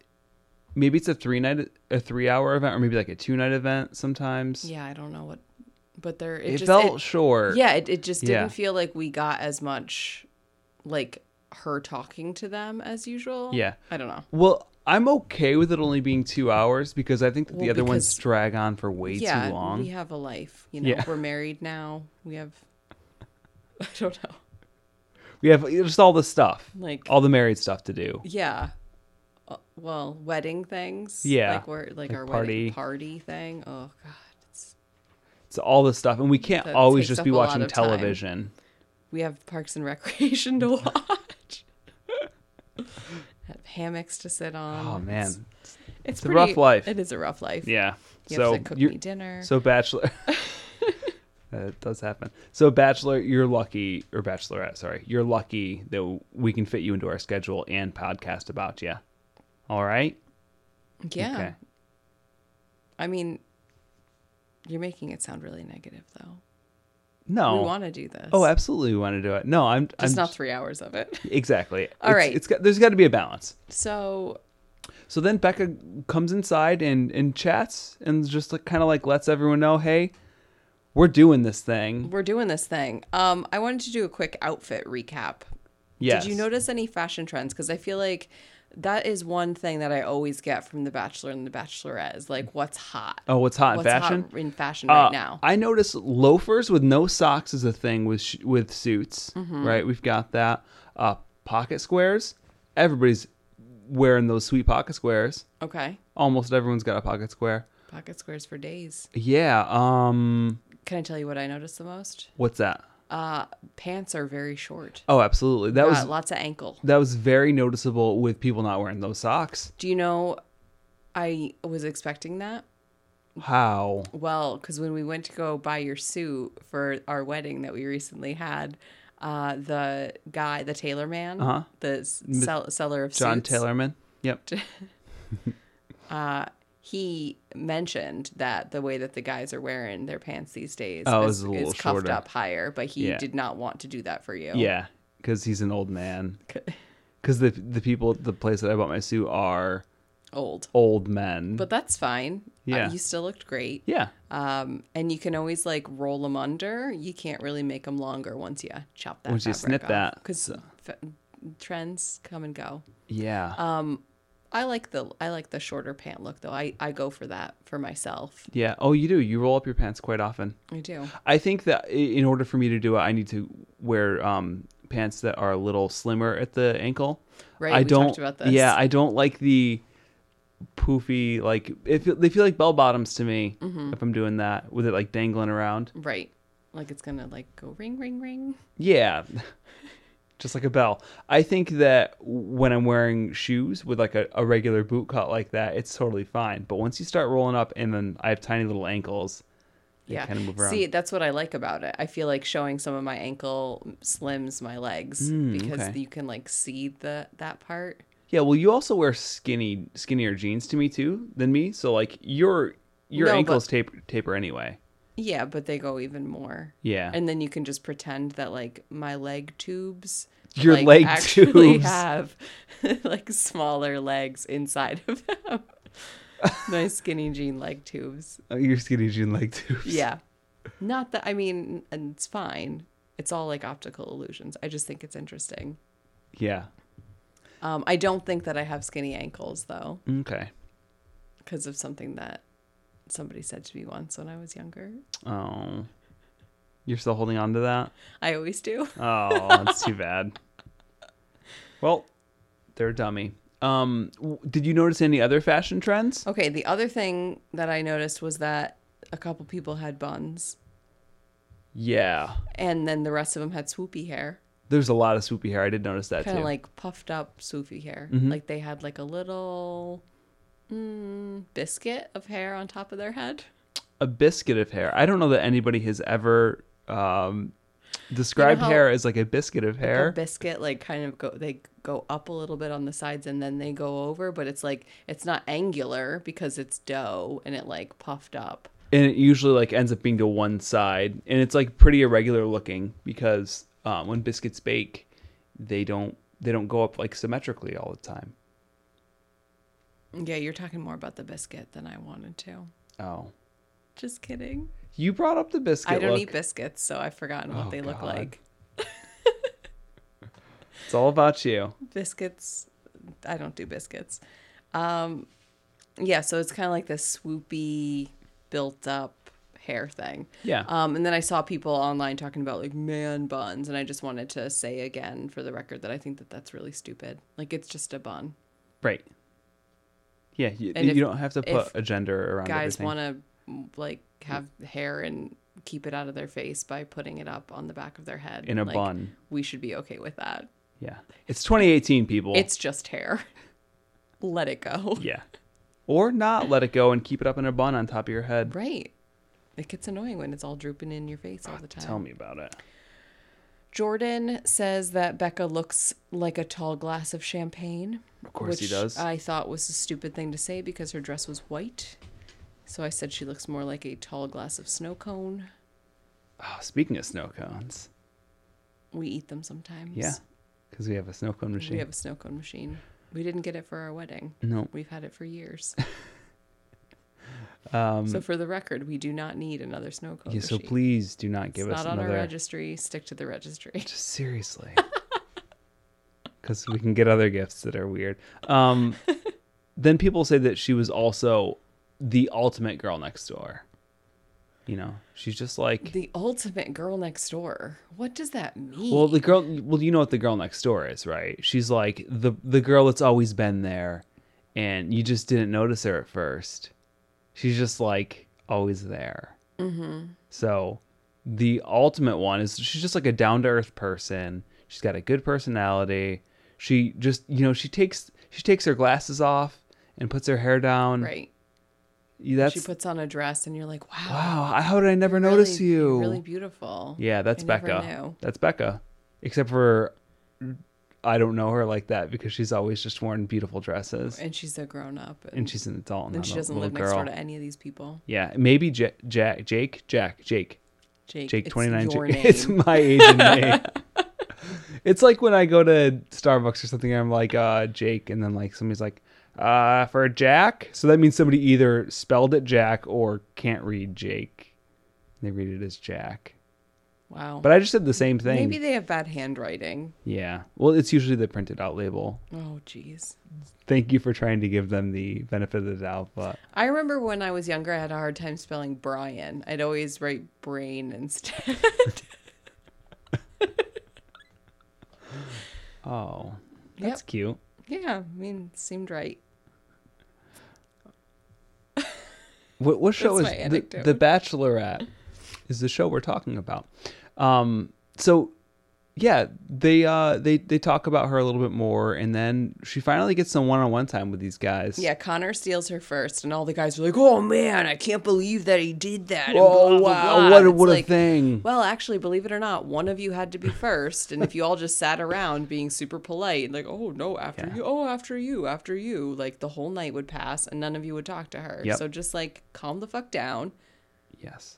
Speaker 2: maybe it's a 3 night a 3 hour event or maybe like a 2 night event sometimes.
Speaker 1: Yeah, I don't know what, but there it,
Speaker 2: it,
Speaker 1: just
Speaker 2: felt
Speaker 1: it-
Speaker 2: short.
Speaker 1: yeah it, it just didn't
Speaker 2: Yeah.
Speaker 1: feel like we got as much like her talking to them as usual
Speaker 2: Yeah.
Speaker 1: i don't know
Speaker 2: Well, I'm okay with it only being 2 hours because I think that the
Speaker 1: Well,
Speaker 2: other ones
Speaker 1: because-
Speaker 2: drag on for way
Speaker 1: yeah
Speaker 2: too long.
Speaker 1: we have a life you know
Speaker 2: Yeah.
Speaker 1: we're married now we have (laughs) i don't know
Speaker 2: We have just all the stuff.
Speaker 1: Like-
Speaker 2: all the married stuff to do.
Speaker 1: yeah Uh, well wedding things
Speaker 2: Yeah.
Speaker 1: like we're like, our
Speaker 2: party.
Speaker 1: wedding party thing oh god it's,
Speaker 2: It's all the stuff and we can't
Speaker 1: That
Speaker 2: always
Speaker 1: takes
Speaker 2: just
Speaker 1: up
Speaker 2: be
Speaker 1: a lot
Speaker 2: watching
Speaker 1: of time.
Speaker 2: television.
Speaker 1: we have parks and recreation
Speaker 2: (laughs)
Speaker 1: to watch have hammocks to sit on
Speaker 2: Oh
Speaker 1: it's,
Speaker 2: man.
Speaker 1: it's
Speaker 2: a rough
Speaker 1: pretty-
Speaker 2: life.
Speaker 1: it is a rough life
Speaker 2: Yeah.
Speaker 1: you
Speaker 2: so
Speaker 1: have to cook
Speaker 2: you're-
Speaker 1: me dinner (laughs)
Speaker 2: So bachelor, that does happen. So bachelor, you're lucky, or bachelorette, sorry, you're lucky that we can fit you into our schedule and podcast about you. All right.
Speaker 1: yeah
Speaker 2: Okay.
Speaker 1: I mean, you're making it sound really negative, though.
Speaker 2: No.
Speaker 1: We want to do this.
Speaker 2: oh, absolutely, we want to do it. No, I'm.
Speaker 1: just
Speaker 2: I'm
Speaker 1: not three hours of it. (laughs)
Speaker 2: exactly.
Speaker 1: All
Speaker 2: It's-
Speaker 1: right.
Speaker 2: It's got. There's got to be a balance.
Speaker 1: So
Speaker 2: So then Becca comes inside and and chats and just like kind of like lets everyone know, hey, we're doing this thing.
Speaker 1: we're doing this thing. Um, I wanted to do a quick outfit recap.
Speaker 2: Yes.
Speaker 1: Did you notice any fashion trends? Because I feel like that is one thing that I always get from The Bachelor and The Bachelorette is like, what's hot?
Speaker 2: Oh, what's hot
Speaker 1: what's
Speaker 2: in fashion?
Speaker 1: hot in fashion right
Speaker 2: Uh,
Speaker 1: now?
Speaker 2: I noticed loafers with no socks is a thing with sh- with suits,
Speaker 1: Mm-hmm.
Speaker 2: right? We've got that. Uh, pocket squares. Everybody's wearing those sweet pocket squares.
Speaker 1: okay.
Speaker 2: Almost everyone's got a pocket square.
Speaker 1: Pocket squares for days.
Speaker 2: Yeah. Um,
Speaker 1: Can I tell you what I noticed the most?
Speaker 2: what's that?
Speaker 1: Uh, pants are very short.
Speaker 2: Oh, absolutely. That
Speaker 1: Uh,
Speaker 2: was
Speaker 1: lots of ankle.
Speaker 2: that was very noticeable with people not wearing those socks.
Speaker 1: Do you know? I was expecting that.
Speaker 2: How?
Speaker 1: Well, because when we went to go buy your suit for our wedding that we recently had, uh, the guy, the tailor man,
Speaker 2: Uh-huh.
Speaker 1: the s- sell- seller of
Speaker 2: John
Speaker 1: suits,
Speaker 2: Taylorman. Yep.
Speaker 1: he mentioned that the way that the guys are wearing their pants these days
Speaker 2: Oh,
Speaker 1: is,
Speaker 2: it's a little
Speaker 1: is cuffed
Speaker 2: shorter.
Speaker 1: up higher, but he
Speaker 2: Yeah.
Speaker 1: did not want to do that for you.
Speaker 2: Yeah, because he's an old man. Because the the people at the place that I bought my suit are
Speaker 1: Old.
Speaker 2: old men.
Speaker 1: But that's fine. Uh,
Speaker 2: Yeah.
Speaker 1: you still looked great.
Speaker 2: yeah,
Speaker 1: Um, and you can always like roll them under. You can't really make them longer once you chop that.
Speaker 2: Once you snip that,
Speaker 1: because trends come and go.
Speaker 2: yeah,
Speaker 1: I like the I like the shorter pant look though. I I go for that for myself.
Speaker 2: yeah. Oh, you do. You roll up your pants quite often.
Speaker 1: I do.
Speaker 2: I think that i- in order for me to do it, I need to wear um, pants that are a little slimmer at the ankle.
Speaker 1: Right,
Speaker 2: I
Speaker 1: we
Speaker 2: don't.
Speaker 1: talked about this.
Speaker 2: Yeah, I don't like the poofy like if they feel like bell bottoms to me
Speaker 1: Mm-hmm.
Speaker 2: if I'm doing that with it like dangling around.
Speaker 1: Right. Like it's gonna like go ring ring ring.
Speaker 2: Yeah. (laughs) Just like a bell. I think that when I'm wearing shoes with like a, a regular boot cut like that, it's totally fine. But once you start rolling up and then I have tiny little ankles, they
Speaker 1: Yeah.
Speaker 2: kind of move around.
Speaker 1: See, that's what I like about it. I feel like showing some of my ankle slims my legs because
Speaker 2: Hmm, okay.
Speaker 1: you can like see the that part.
Speaker 2: yeah, well you also wear skinny skinnier jeans to me too than me. So like your your
Speaker 1: No, but-
Speaker 2: ankles taper taper anyway.
Speaker 1: Yeah, but they go even more.
Speaker 2: Yeah.
Speaker 1: And then you can just pretend that like my leg tubes
Speaker 2: Your
Speaker 1: like,
Speaker 2: leg
Speaker 1: actually
Speaker 2: tubes.
Speaker 1: have (laughs) like smaller legs inside of them. (laughs) my skinny jean leg tubes.
Speaker 2: Oh, your skinny jean leg tubes.
Speaker 1: (laughs) Yeah. Not that I mean and it's fine. It's all like optical illusions. I just think it's interesting.
Speaker 2: Yeah.
Speaker 1: Um, I don't think that I have skinny ankles though.
Speaker 2: Okay.
Speaker 1: because of something that somebody said to me once when I was younger.
Speaker 2: Oh. You're still holding on to that?
Speaker 1: I always do.
Speaker 2: Oh, that's too
Speaker 1: (laughs)
Speaker 2: bad. Well, they're a dummy. Um, w- did you notice any other fashion trends?
Speaker 1: Okay, the other thing that I noticed was that a couple people had buns,
Speaker 2: Yeah,
Speaker 1: and then the rest of them had swoopy hair,
Speaker 2: there's a lot of swoopy hair. I did notice
Speaker 1: kind
Speaker 2: that too. Mm-hmm.
Speaker 1: of like puffed up swoopy hair. Like they had like a little mm, biscuit of hair on top of their head.
Speaker 2: a biscuit of hair. I don't know that anybody has ever um, described
Speaker 1: how-
Speaker 2: hair as like a biscuit of
Speaker 1: A
Speaker 2: hair.
Speaker 1: biscuit, like kind of go, they go up a little bit on the sides and then they go over, but it's like it's not angular because it's dough and it like puffed up.
Speaker 2: and it usually like ends up being to one side, and it's like pretty irregular looking because um, when biscuits bake, they don't they don't go up like symmetrically all the time.
Speaker 1: Yeah, you're talking more about the biscuit than I wanted to.
Speaker 2: Oh,
Speaker 1: Just kidding.
Speaker 2: you brought up the biscuit.
Speaker 1: I don't
Speaker 2: look.
Speaker 1: eat biscuits, so I've forgotten what
Speaker 2: Oh,
Speaker 1: they look
Speaker 2: God.
Speaker 1: like.
Speaker 2: It's all about you.
Speaker 1: Biscuits, I don't do biscuits. Um, yeah, so it's kind of like this swoopy, built up hair thing.
Speaker 2: Yeah.
Speaker 1: Um, and then I saw people online talking about like man buns, and I just wanted to say again for the record that I think that that's really stupid. Like it's just a bun.
Speaker 2: Right. Yeah, you,
Speaker 1: And
Speaker 2: you
Speaker 1: if-
Speaker 2: don't have to put
Speaker 1: if
Speaker 2: a gender around
Speaker 1: Guys
Speaker 2: everything. Mm.
Speaker 1: want to like have hair and keep it out of their face by putting it up on the back of their head
Speaker 2: In a
Speaker 1: Like,
Speaker 2: bun.
Speaker 1: We should be okay with that.
Speaker 2: yeah. It's 2018 people.
Speaker 1: It's just hair. (laughs) Let it go.
Speaker 2: yeah. Or not let it go and keep it up in a bun on top of your head.
Speaker 1: Right. It gets annoying when it's all drooping in your face all the time.
Speaker 2: Tell me about it.
Speaker 1: Jordan says that Becca looks like a tall glass of champagne.
Speaker 2: Of course he
Speaker 1: which
Speaker 2: does.
Speaker 1: I thought was a stupid thing to say because her dress was white. So I said she looks more like a tall glass of snow cone.
Speaker 2: oh, speaking of snow cones.
Speaker 1: We eat them sometimes.
Speaker 2: Yeah. Cuz we have a snow cone machine.
Speaker 1: We have a snow cone machine. We didn't get it for our wedding.
Speaker 2: no.
Speaker 1: We've had it for
Speaker 2: (laughs)
Speaker 1: years.
Speaker 2: Um,
Speaker 1: so for the record, we do not need another snow cone
Speaker 2: Yeah, so
Speaker 1: machine.
Speaker 2: please do not give
Speaker 1: Oh, it's
Speaker 2: us
Speaker 1: not on our
Speaker 2: another
Speaker 1: registry. Stick to the registry. (laughs)
Speaker 2: Just seriously. Because we can get other gifts that are weird.
Speaker 1: (laughs)
Speaker 2: Um, then people say that she was also the ultimate girl next door. You know, she's just like
Speaker 1: The ultimate girl next door. What does that mean?
Speaker 2: well, the girl. Well, you know what the girl next door is, right? She's like the the girl that's always been there, and you just didn't notice her at first. She's just like always there. Mm-hmm. So the ultimate one is she's just like a down to earth person. She's got a good personality. She just you know she takes she takes her glasses off and puts her hair down.
Speaker 1: Right.
Speaker 2: That's
Speaker 1: she puts on a dress and you're like, wow.
Speaker 2: wow. I- How did I never
Speaker 1: you're really-
Speaker 2: notice
Speaker 1: you're
Speaker 2: you?
Speaker 1: Really beautiful.
Speaker 2: yeah, that's
Speaker 1: I never
Speaker 2: Becca.
Speaker 1: knew.
Speaker 2: That's Becca. Except for I don't know her like that because she's always just worn beautiful dresses
Speaker 1: And she's a grown up. And,
Speaker 2: and she's an adult and,
Speaker 1: and
Speaker 2: not
Speaker 1: she
Speaker 2: a
Speaker 1: doesn't
Speaker 2: little
Speaker 1: live next
Speaker 2: girl.
Speaker 1: door to any of these people.
Speaker 2: Yeah, maybe Ja- Jack, Jake, Jack, Jake,
Speaker 1: Jake,
Speaker 2: Jake, (laughs)
Speaker 1: it's
Speaker 2: twenty nine.
Speaker 1: Your name.
Speaker 2: It's my
Speaker 1: (laughs)
Speaker 2: Asian name. it's like when I go to Starbucks or something, I'm like uh, Jake, and then like somebody's like uh, for Jack. So that means somebody either spelled it Jack or can't read Jake. They read it as Jack.
Speaker 1: wow.
Speaker 2: But I just said the same thing.
Speaker 1: Maybe they have bad handwriting.
Speaker 2: Yeah. Well, it's usually the printed out label.
Speaker 1: Oh, jeez.
Speaker 2: Thank you for trying to give them the benefit of the doubt, but
Speaker 1: I remember when I was younger, I had a hard time spelling Brian. I'd always write brain instead. (laughs)
Speaker 2: oh,
Speaker 1: Yep.
Speaker 2: that's cute.
Speaker 1: yeah, I mean, it seemed right.
Speaker 2: What, what show
Speaker 1: That's my
Speaker 2: is the,
Speaker 1: anecdote.
Speaker 2: the Bachelorette? Is the show we're talking about? Um, so yeah, they uh they they talk about her a little bit more, and then she finally gets some one on one time with these guys.
Speaker 1: Yeah, Connor steals her first, and all the guys are like, "Oh man, I can't believe that he did that." and
Speaker 2: Oh
Speaker 1: blah, blah,
Speaker 2: wow!
Speaker 1: blah."
Speaker 2: What a
Speaker 1: It's
Speaker 2: what
Speaker 1: like,
Speaker 2: a thing!
Speaker 1: Well, actually, believe it or not, one of you had
Speaker 2: (laughs)
Speaker 1: to be first, and if you all just sat around being super polite, like, "Oh no, after
Speaker 2: Yeah.
Speaker 1: you, oh after you, after you," like the whole night would pass, and none of you would talk to her.
Speaker 2: Yep.
Speaker 1: So just like calm the fuck down.
Speaker 2: Yes.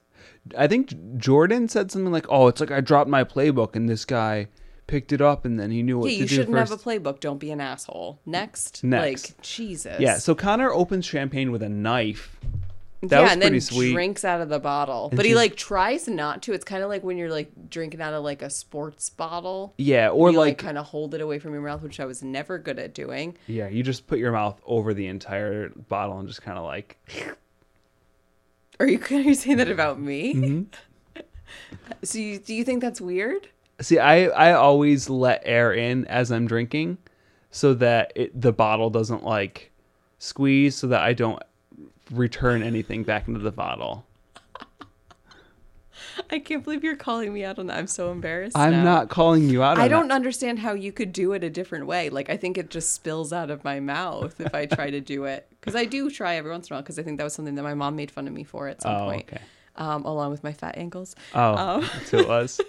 Speaker 2: I think J- Jordan said something like, "Oh, it's like I dropped my playbook and this guy picked it up and then he knew what
Speaker 1: Yeah,
Speaker 2: to
Speaker 1: you
Speaker 2: do
Speaker 1: shouldn't
Speaker 2: first.
Speaker 1: have a playbook. Don't be an asshole. Next,
Speaker 2: Next.
Speaker 1: like Jesus.
Speaker 2: Yeah, so Connor opens champagne with a knife. That
Speaker 1: yeah,
Speaker 2: was
Speaker 1: and
Speaker 2: pretty
Speaker 1: then
Speaker 2: sweet.
Speaker 1: drinks out of the bottle, but he
Speaker 2: she's-
Speaker 1: like tries not to. It's kind of like when you're like drinking out of like a sports bottle,
Speaker 2: Yeah, or
Speaker 1: you, like,
Speaker 2: like,
Speaker 1: kind of hold it away from your mouth, which I was never good at doing.
Speaker 2: yeah, you just put your mouth over the entire bottle and just kind of like
Speaker 1: Are you (laughs) are you saying that about me?
Speaker 2: Mm-hmm.
Speaker 1: (laughs) so you, do you think that's weird?
Speaker 2: See, I I always let air in as I'm drinking so that it, the bottle doesn't like squeeze so that I don't return anything back into the bottle.
Speaker 1: I can't believe you're calling me out on that. I'm so embarrassed.
Speaker 2: I'm
Speaker 1: now.
Speaker 2: not calling you out on
Speaker 1: I
Speaker 2: that.
Speaker 1: don't understand how you could do it a different way. Like I think it just spills out of my mouth if I try to do it (laughs) because I do try every once in a while because I think that was something that my mom made fun of me for at some
Speaker 2: Oh,
Speaker 1: point,
Speaker 2: okay.
Speaker 1: um, along with my fat ankles.
Speaker 2: Oh, that's who
Speaker 1: (laughs)
Speaker 2: it was.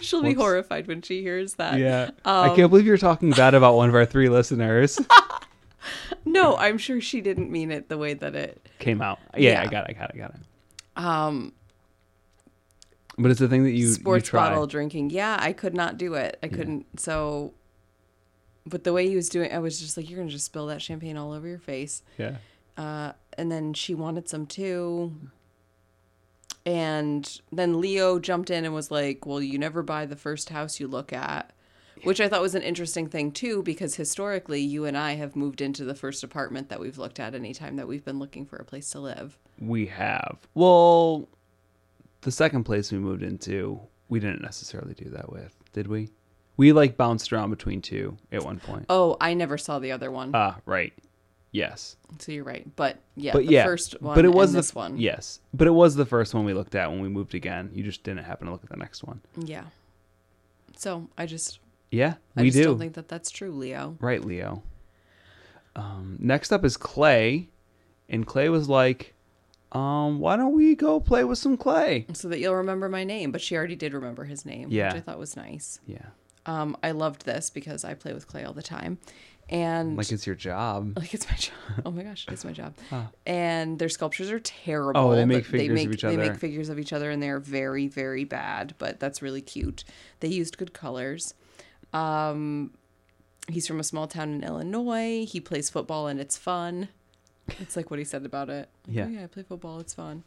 Speaker 1: She'll be horrified when she hears that.
Speaker 2: Yeah.
Speaker 1: Um,
Speaker 2: I can't believe you're talking bad about one of our three listeners.
Speaker 1: No, I'm sure she didn't mean it the way that it.
Speaker 2: Came out. Yeah, I
Speaker 1: Yeah.
Speaker 2: got it. I got it. I got it.
Speaker 1: Um,
Speaker 2: But it's the thing that you,
Speaker 1: sports
Speaker 2: you try.
Speaker 1: bottle drinking. Yeah, I could not do it. I couldn't. So, but the way he was doing, I was just like, "You're gonna just spill that champagne all over your face."
Speaker 2: Yeah.
Speaker 1: Uh, and then she wanted some too. And then Leo jumped in and was like, Well, you never buy the first house you look at, which I thought was an interesting thing too, because historically you and I have moved into the first apartment that we've looked at anytime that we've been looking for a place to live.
Speaker 2: We have. Well, the second place we moved into, we didn't necessarily do that with, did we? We like bounced around between two at one point.
Speaker 1: Oh, I never saw the other one.
Speaker 2: Ah, right. Yes.
Speaker 1: so you're right. But yeah,
Speaker 2: But
Speaker 1: the
Speaker 2: yeah.
Speaker 1: first one
Speaker 2: but it was
Speaker 1: and
Speaker 2: the
Speaker 1: this one.
Speaker 2: Yes. But it was the first one we looked at when we moved again. You just didn't happen to look at the next one.
Speaker 1: Yeah. So I just
Speaker 2: Yeah,
Speaker 1: I
Speaker 2: we
Speaker 1: just
Speaker 2: do.
Speaker 1: don't think that that's true, Leo.
Speaker 2: Right, Leo. Um, next up is Clay, and Clay was like, um, "Why don't we go play with some clay?"
Speaker 1: So that you'll remember my name, but she already did remember his name,
Speaker 2: Yeah.
Speaker 1: which I thought was nice.
Speaker 2: Yeah,
Speaker 1: Um, I loved this because I play with clay all the time, and like,
Speaker 2: like it's your job.
Speaker 1: it's my (laughs) job. Oh my gosh, it's my job. And their sculptures are terrible.
Speaker 2: Oh, they make
Speaker 1: but
Speaker 2: figures of each
Speaker 1: They
Speaker 2: other.
Speaker 1: make figures of each other, and they are very, very bad. But that's really cute. They used good colors. Um, he's from a small town in Illinois. He plays football, and it's fun. It's like what he said about it. Like,
Speaker 2: Yeah.
Speaker 1: "Oh, yeah, I play football. It's fun.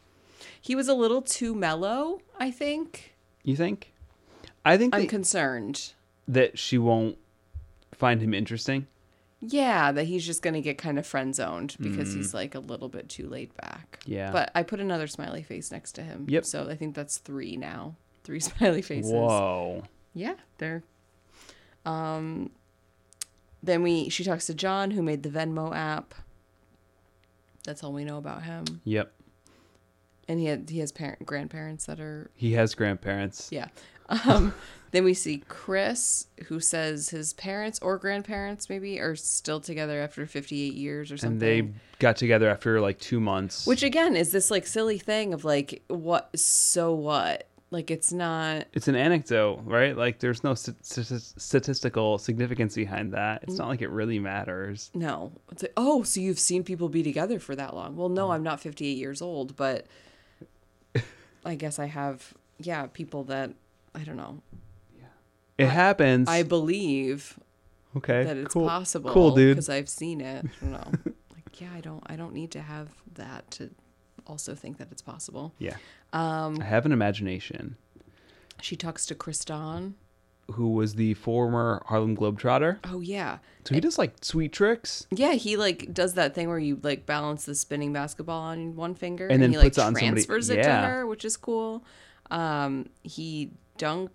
Speaker 1: He was a little too mellow. I think.
Speaker 2: You think? I think
Speaker 1: I'm
Speaker 2: that,
Speaker 1: concerned.
Speaker 2: that she won't find him interesting.
Speaker 1: Yeah, that he's just going to get kind of friend zoned
Speaker 2: Hmm.
Speaker 1: because he's like a little bit too laid back.
Speaker 2: Yeah.
Speaker 1: But I put another smiley face next to him.
Speaker 2: Yep.
Speaker 1: So I think that's three now. Three (laughs) smiley faces.
Speaker 2: Whoa.
Speaker 1: Yeah, they're. Um, then we she talks to John who made the Venmo app. That's all we know about him.
Speaker 2: Yep.
Speaker 1: and he had he has parent grandparents that are
Speaker 2: He has grandparents.
Speaker 1: Yeah. (laughs) Um, then we see Chris, who says his parents or grandparents maybe are still together after 58 years or something.
Speaker 2: And they got together after like two months.
Speaker 1: Which again is this like silly thing of like what? So what? Like it's not.
Speaker 2: it's an anecdote, right? Like there's no st- statistical significance behind that.
Speaker 1: Mm.
Speaker 2: It's not like it really matters.
Speaker 1: No. It's like, oh, so you've seen people be together for that long. Well,
Speaker 2: Mm.
Speaker 1: no, I'm not 58 years old,
Speaker 2: (laughs)
Speaker 1: but I guess I have, yeah, people that, I don't know,
Speaker 2: It happens.
Speaker 1: I believe
Speaker 2: okay.
Speaker 1: that it's
Speaker 2: cool.
Speaker 1: possible.
Speaker 2: Cool, dude.
Speaker 1: Because I've seen it. I don't
Speaker 2: (laughs)
Speaker 1: know. like, yeah, I don't. I don't need to have that to also think that it's possible.
Speaker 2: Yeah. Um, I have an imagination.
Speaker 1: She talks to Kristan.
Speaker 2: Who was the former Harlem Globetrotter?
Speaker 1: Oh yeah,
Speaker 2: So he does like sweet tricks,
Speaker 1: yeah. He like does that thing where you like balance the spinning basketball on one finger,
Speaker 2: And then
Speaker 1: he like
Speaker 2: puts it on somebody-
Speaker 1: transfers it to
Speaker 2: yeah.
Speaker 1: her, which is cool. Um, he dunk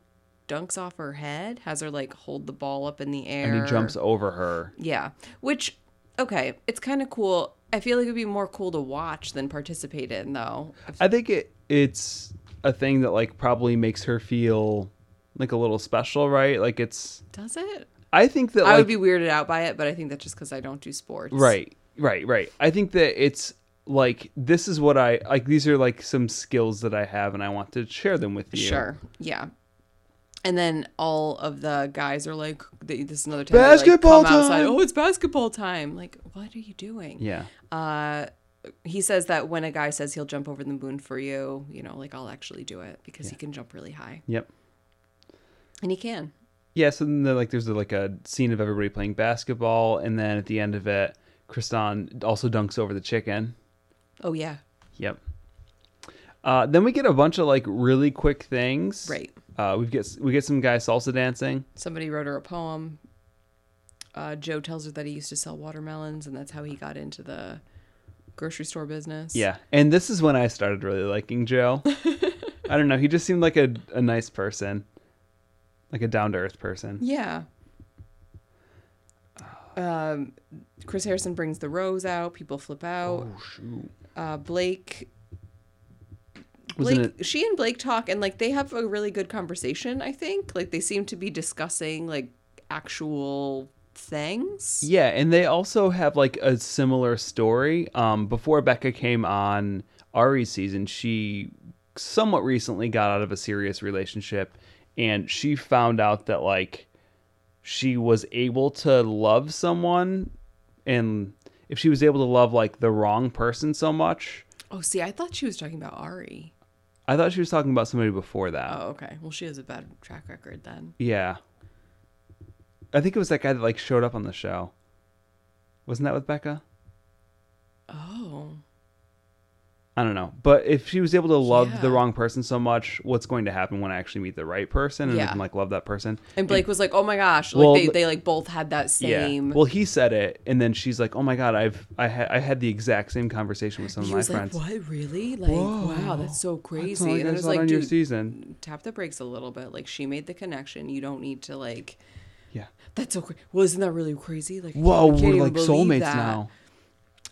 Speaker 1: dunks off her head, has her like hold the ball up in the air,
Speaker 2: and he jumps over her.
Speaker 1: Yeah. Which, okay, it's kind of cool. I feel like it'd be more cool to watch than participate in, though. If-
Speaker 2: I think it it's a thing that like probably makes her feel like a little special, right? Like it's.
Speaker 1: Does it?
Speaker 2: I think that
Speaker 1: I
Speaker 2: like
Speaker 1: would be weirded out by it, but I think that's just because I don't do sports.
Speaker 2: Right, right, right. I think that it's like this is what I like. These are like some skills that I have, and I want to share them with you.
Speaker 1: Sure. Yeah. And then all of the guys are like, they- this is another time.
Speaker 2: Basketball
Speaker 1: they, like, come outside,
Speaker 2: time!
Speaker 1: Oh, it's basketball time. Like, what are you doing?
Speaker 2: Yeah.
Speaker 1: Uh, he says that when a guy says he'll jump over the moon for you, you know, like I'll actually do it because he can jump really high.
Speaker 2: Yep.
Speaker 1: And he can.
Speaker 2: Yeah. So then, like, there's like a scene of everybody playing basketball, and then at the end of it, Kristan also dunks over the chicken.
Speaker 1: Oh, yeah.
Speaker 2: Yep. Uh, then we get a bunch of like really quick things.
Speaker 1: Right.
Speaker 2: Uh, we get we get some guy salsa dancing.
Speaker 1: somebody wrote her a poem. Uh, Joe tells her that he used to sell watermelons, and that's how he got into the grocery store business.
Speaker 2: Yeah. And this is when I started really liking Joe. I don't know. He just seemed like a, a nice person, like a down to earth person.
Speaker 1: Yeah. Um, Chris Harrison brings the rose out. People flip out.
Speaker 2: shoot.
Speaker 1: Uh, Blake.
Speaker 2: Wasn't
Speaker 1: Blake, she and Blake talk, and like they have a really good conversation. I think like they seem to be discussing like actual things.
Speaker 2: Yeah. And they also have like a similar story. Um, before Becca came on Ari's season, she somewhat recently got out of a serious relationship and she found out that like she was able to love someone and if she was able to love like the wrong person so much
Speaker 1: Oh, see, I thought she was talking about Ari.
Speaker 2: I thought she was talking about somebody before that.
Speaker 1: Oh, okay. Well, she has a bad track record then.
Speaker 2: Yeah. I think it was that guy that like showed up on the show. Wasn't that with Becca?
Speaker 1: Oh.
Speaker 2: I don't know. But if she was able to love the
Speaker 1: Yeah.
Speaker 2: wrong person so much, what's going to happen when I actually meet the right person and I
Speaker 1: Yeah.
Speaker 2: can like love that person?
Speaker 1: And Blake was like, "Oh my gosh!" Like
Speaker 2: Well,
Speaker 1: they,
Speaker 2: but-
Speaker 1: they like both had that same.
Speaker 2: Yeah. Well, he said it and then she's like, "Oh my god, I've I ha- I had the exact same conversation with some of
Speaker 1: he
Speaker 2: my
Speaker 1: was like,
Speaker 2: friends."
Speaker 1: "What really? Like, wow, that's so
Speaker 2: That's
Speaker 1: crazy."
Speaker 2: all I
Speaker 1: And it
Speaker 2: guys
Speaker 1: was
Speaker 2: saw
Speaker 1: like,
Speaker 2: on your
Speaker 1: "Dude,
Speaker 2: season.
Speaker 1: tap the brakes a little bit. Like, she made the connection. You don't need to like.
Speaker 2: Yeah.
Speaker 1: That's so. Cra- well, isn't that really crazy? Like,
Speaker 2: Whoa,
Speaker 1: I can't
Speaker 2: we're
Speaker 1: even
Speaker 2: like
Speaker 1: believe
Speaker 2: soulmates
Speaker 1: that.
Speaker 2: now.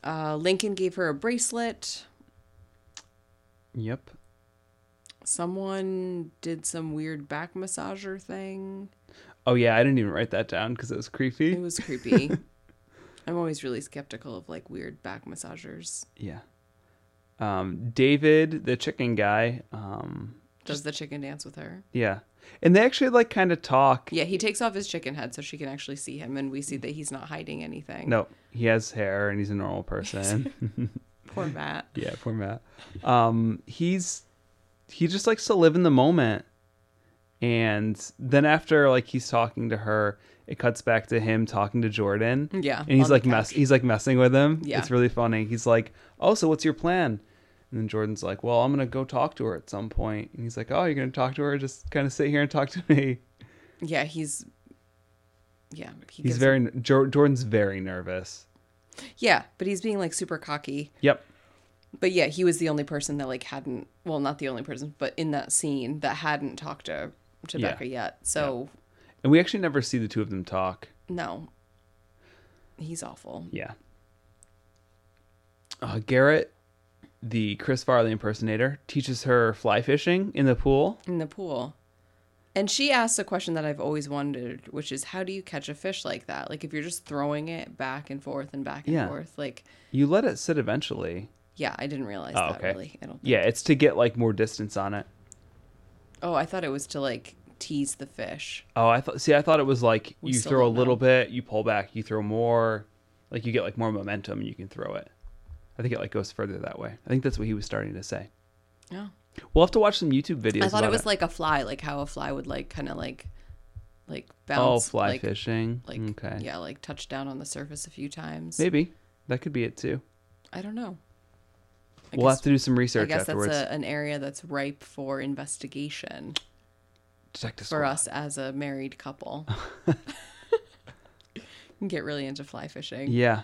Speaker 1: Uh, Lincoln gave her a bracelet.
Speaker 2: Yep.
Speaker 1: Someone did some weird back massager thing.
Speaker 2: Oh yeah, I didn't even write that down cuz it was creepy.
Speaker 1: It was
Speaker 2: (laughs)
Speaker 1: creepy. I'm always really skeptical of like weird back massagers.
Speaker 2: Yeah. Um, David, the chicken guy. Um,
Speaker 1: Does the chicken dance with her?
Speaker 2: yeah. And they actually like kind of talk.
Speaker 1: Yeah, he takes off his chicken head so she can actually see him, and we see that he's not hiding anything.
Speaker 2: Mm. No, he has hair and he's a
Speaker 1: (laughs)
Speaker 2: normal person. (laughs)
Speaker 1: Poor Matt.
Speaker 2: yeah, poor Matt. Um, he's he just likes to live in the moment. And then after like he's talking to her, it cuts back to him talking to Jordan.
Speaker 1: Yeah,
Speaker 2: And he's
Speaker 1: on the
Speaker 2: like mess he's like messing with him.
Speaker 1: Yeah.
Speaker 2: It's really funny. He's like, Oh, so what's your plan? And then Jordan's like, Well, I'm gonna go talk to her at some point. And he's like, Oh, you're gonna talk to her? Just kinda sit here and talk to me.
Speaker 1: Yeah, he's. Yeah, he
Speaker 2: He's
Speaker 1: gives-
Speaker 2: very Jor- Jordan's very nervous.
Speaker 1: Yeah, but he's being like super cocky.
Speaker 2: Yep.
Speaker 1: But yeah, he was the only person that like hadn't. Well, not the only person, but in that scene that hadn't talked to to
Speaker 2: Yeah.
Speaker 1: Becca yet. So
Speaker 2: And we actually never see the two of them talk.
Speaker 1: no, he's awful.
Speaker 2: Yeah. Uh, Garrett the Chris Farley impersonator, teaches her fly fishing in the pool.
Speaker 1: in the pool. And she asks a question that I've always wondered, which is how do you catch a fish like that? Like if you're just throwing it back and forth and back and
Speaker 2: Yeah.
Speaker 1: forth, like
Speaker 2: You let it sit eventually.
Speaker 1: yeah, I didn't realize
Speaker 2: Oh,
Speaker 1: that
Speaker 2: okay.
Speaker 1: really. I don't
Speaker 2: Yeah, it's to get like more distance on it.
Speaker 1: Oh, I thought it was to like tease the fish.
Speaker 2: Oh, I thought. See, I thought it was like
Speaker 1: We
Speaker 2: you
Speaker 1: still
Speaker 2: throw a
Speaker 1: don't know.
Speaker 2: little bit, you pull back, you throw more, like you get like more momentum, and you can throw it. I think it like goes further that way. I think that's what he was starting to say.
Speaker 1: Oh.
Speaker 2: We'll have to watch some YouTube videos.
Speaker 1: I thought
Speaker 2: about
Speaker 1: it was like a fly, like how a fly would like kind of like like
Speaker 2: oh,
Speaker 1: bounce
Speaker 2: fly
Speaker 1: like,
Speaker 2: fishing.
Speaker 1: like
Speaker 2: okay,
Speaker 1: yeah, like touch down on the surface a few times.
Speaker 2: maybe that could be it too.
Speaker 1: I don't know. I
Speaker 2: we'll
Speaker 1: guess,
Speaker 2: have to do some
Speaker 1: I
Speaker 2: research
Speaker 1: guess
Speaker 2: afterwards.
Speaker 1: that's a, an area that's ripe for investigation
Speaker 2: Detective
Speaker 1: for
Speaker 2: Squad.
Speaker 1: us as a married
Speaker 2: (laughs)
Speaker 1: couple. (laughs) Can Get really into fly fishing.
Speaker 2: Yeah.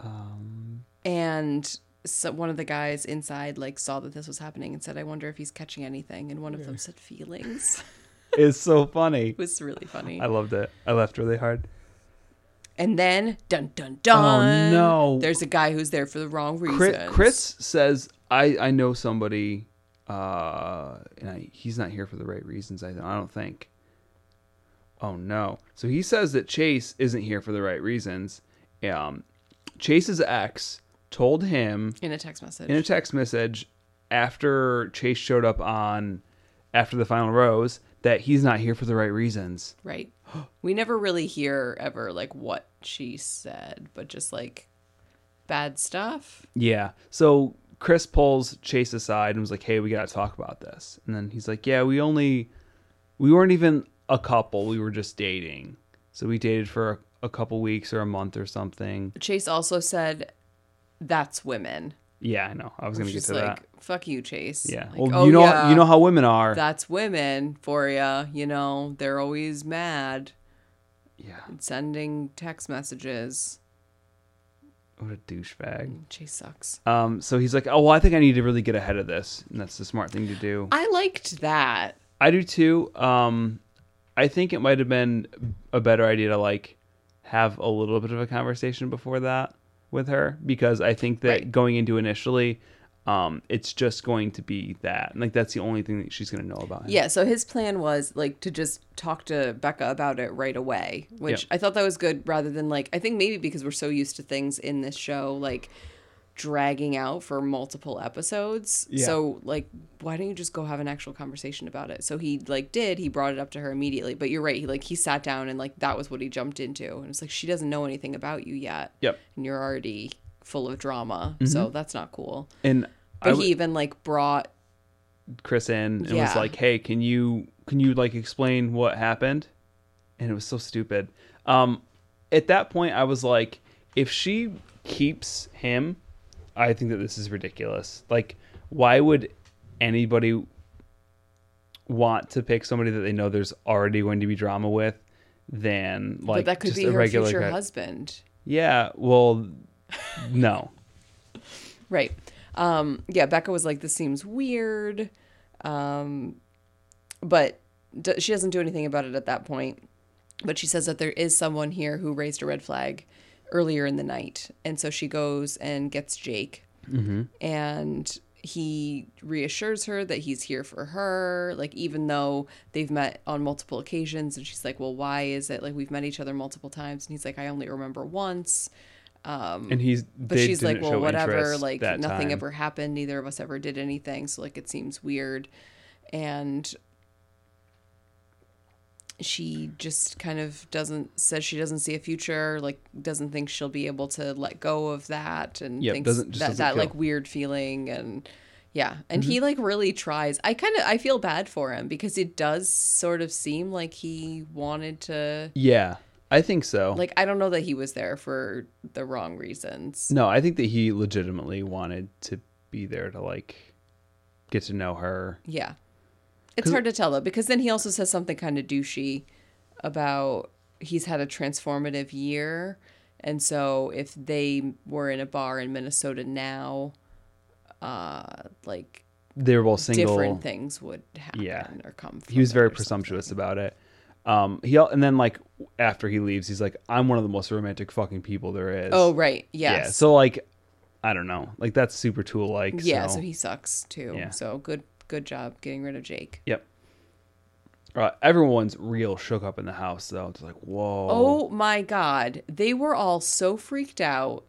Speaker 2: Um,
Speaker 1: And so one of the guys inside like saw that this was happening and said, "I wonder if he's catching anything." And one of them said, "Feelings." (laughs)
Speaker 2: it's so funny.
Speaker 1: it was
Speaker 2: (laughs)
Speaker 1: really funny.
Speaker 2: I loved it. I laughed really hard.
Speaker 1: And then dun dun dun.
Speaker 2: Oh, no.
Speaker 1: There's a guy who's there for the wrong reason.
Speaker 2: Chris, Chris says, "I I know somebody, uh, and I, he's not here for the right reasons. I I don't think." Oh no! So he says that Chase isn't here for the right reasons. Um, Chase's ex told him
Speaker 1: in a text message.
Speaker 2: in a text message after Chase showed up on after the final rose that he's not here for the right reasons.
Speaker 1: right. We never really hear ever like what she said, but just like bad stuff.
Speaker 2: Yeah. So Chris pulls Chase aside and was like, "Hey, we got to talk about this." And then he's like, "Yeah, we only we weren't even a couple. We were just dating. So we dated for a, a couple weeks or a month or something."
Speaker 1: Chase also said, "That's women."
Speaker 2: Yeah, I know. I was going to get
Speaker 1: She's
Speaker 2: to
Speaker 1: like,
Speaker 2: that.
Speaker 1: "Fuck you, Chase."
Speaker 2: Yeah.
Speaker 1: Like,
Speaker 2: well,
Speaker 1: "Oh,
Speaker 2: you know
Speaker 1: yeah,
Speaker 2: you know how women are.
Speaker 1: that's women for you. You know they're always mad,
Speaker 2: yeah.
Speaker 1: and sending text messages.
Speaker 2: What a douchebag.
Speaker 1: Chase sucks.
Speaker 2: Um so he's like, "Oh, well, I think I need to really get ahead of this." And that's the smart thing to do.
Speaker 1: I liked that.
Speaker 2: I do too. Um, I think it might have been a better idea to like have a little bit of a conversation before that with her because I think that
Speaker 1: Right.
Speaker 2: going into initially, um, it's just going to be that, and like that's the only thing that she's gonna know about him.
Speaker 1: Yeah, so his plan was like to just talk to Becca about it right away, which
Speaker 2: Yeah.
Speaker 1: I thought that was good rather than like I think maybe because we're so used to things in this show like dragging out for multiple episodes.
Speaker 2: Yeah.
Speaker 1: So like why don't you just go have an actual conversation about it? So he like did, he brought it up to her immediately, but you're right, he like he sat down and like that was what he jumped into. And it's like she doesn't know anything about you yet.
Speaker 2: Yep.
Speaker 1: And you're already full of drama. So that's not cool.
Speaker 2: And Mm-hmm. I
Speaker 1: But
Speaker 2: w-
Speaker 1: he even like brought
Speaker 2: Chris in and was
Speaker 1: Yeah.
Speaker 2: like, "Hey, can you can you like explain what happened?" And it was so stupid. Um, at that point, I was like, "If she keeps him, I think that this is ridiculous. Like, why would anybody want to pick somebody that they know there's already going to be drama with?" Than
Speaker 1: but
Speaker 2: like
Speaker 1: that could
Speaker 2: just
Speaker 1: be
Speaker 2: a
Speaker 1: her
Speaker 2: regular
Speaker 1: future
Speaker 2: guy.
Speaker 1: husband.
Speaker 2: Yeah. Well,
Speaker 1: (laughs)
Speaker 2: no.
Speaker 1: Right. Um, yeah, Becca was like, this seems weird. Um, but d- she doesn't do anything about it at that point. But she says that there is someone here who raised a red flag earlier in the night. And so she goes and gets Jake. And he reassures her that he's here for her. Like, even though they've met on multiple occasions, and she's like, Well, why is it? Like, we've met each other multiple times. And he's like, I only remember once.
Speaker 2: And he's
Speaker 1: But
Speaker 2: they
Speaker 1: she's like,
Speaker 2: didn't
Speaker 1: well,
Speaker 2: show
Speaker 1: whatever.
Speaker 2: interest
Speaker 1: Like,
Speaker 2: that
Speaker 1: nothing
Speaker 2: time.
Speaker 1: ever happened. Neither of us ever did anything. So, like, it seems weird. And she just kind of doesn't, says she doesn't see a future, like, doesn't think she'll be able to let go of that. And
Speaker 2: Yep,
Speaker 1: thinks
Speaker 2: doesn't- just
Speaker 1: that,
Speaker 2: doesn't
Speaker 1: that
Speaker 2: feel- Mm-hmm.
Speaker 1: like, weird feeling. And yeah. And he, like, really tries. I kind of, I feel bad for him because it does sort of seem like he wanted to,
Speaker 2: Yeah, I think so.
Speaker 1: like, I don't know that he was there for the wrong reasons.
Speaker 2: No, I think that he legitimately wanted to be there to like get to know her.
Speaker 1: Yeah. It's hard to tell though, because then he also says something kind of douchey about he's had a transformative year. And so if they were in a bar in Minnesota now, uh, like
Speaker 2: They were both single.
Speaker 1: different things would happen
Speaker 2: Yeah.
Speaker 1: or come from
Speaker 2: He was
Speaker 1: it
Speaker 2: very
Speaker 1: or
Speaker 2: presumptuous about it. Um, he al- and then like after he leaves, he's like, "I'm one of the most romantic fucking people there is."
Speaker 1: something. Oh, right.
Speaker 2: yeah.
Speaker 1: Yes.
Speaker 2: So like, I don't know. Like that's super tool like.
Speaker 1: Yeah, so he sucks too.
Speaker 2: Yeah.
Speaker 1: So good good job getting rid of Jake.
Speaker 2: Yep. Uh, everyone's real shook up in the house though. It's like whoa.
Speaker 1: Oh my god, they were all so freaked out.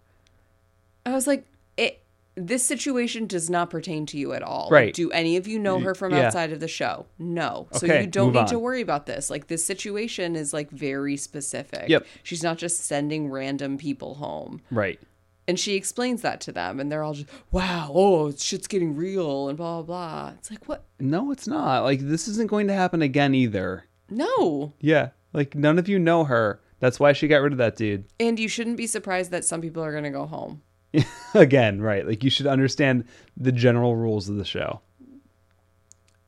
Speaker 1: I was like, it this situation does not pertain to you at all. Like,
Speaker 2: Right.
Speaker 1: do any of you know her from
Speaker 2: yeah.
Speaker 1: outside of the show? No. So
Speaker 2: Okay,
Speaker 1: you don't
Speaker 2: move
Speaker 1: need
Speaker 2: on.
Speaker 1: to worry about this. Like this situation is like very specific.
Speaker 2: Yep.
Speaker 1: She's not just sending random people home.
Speaker 2: Right.
Speaker 1: And she explains that to them and they're all just, "Wow, oh, shit's getting real and blah blah blah." It's like, "What?
Speaker 2: No, it's not. Like this isn't going to happen again either.
Speaker 1: No."
Speaker 2: Yeah. Like none of you know her. That's why she got rid of that dude.
Speaker 1: And you shouldn't be surprised that some people are going to go home.
Speaker 2: (laughs) again, right. Like you should understand the general rules of the show.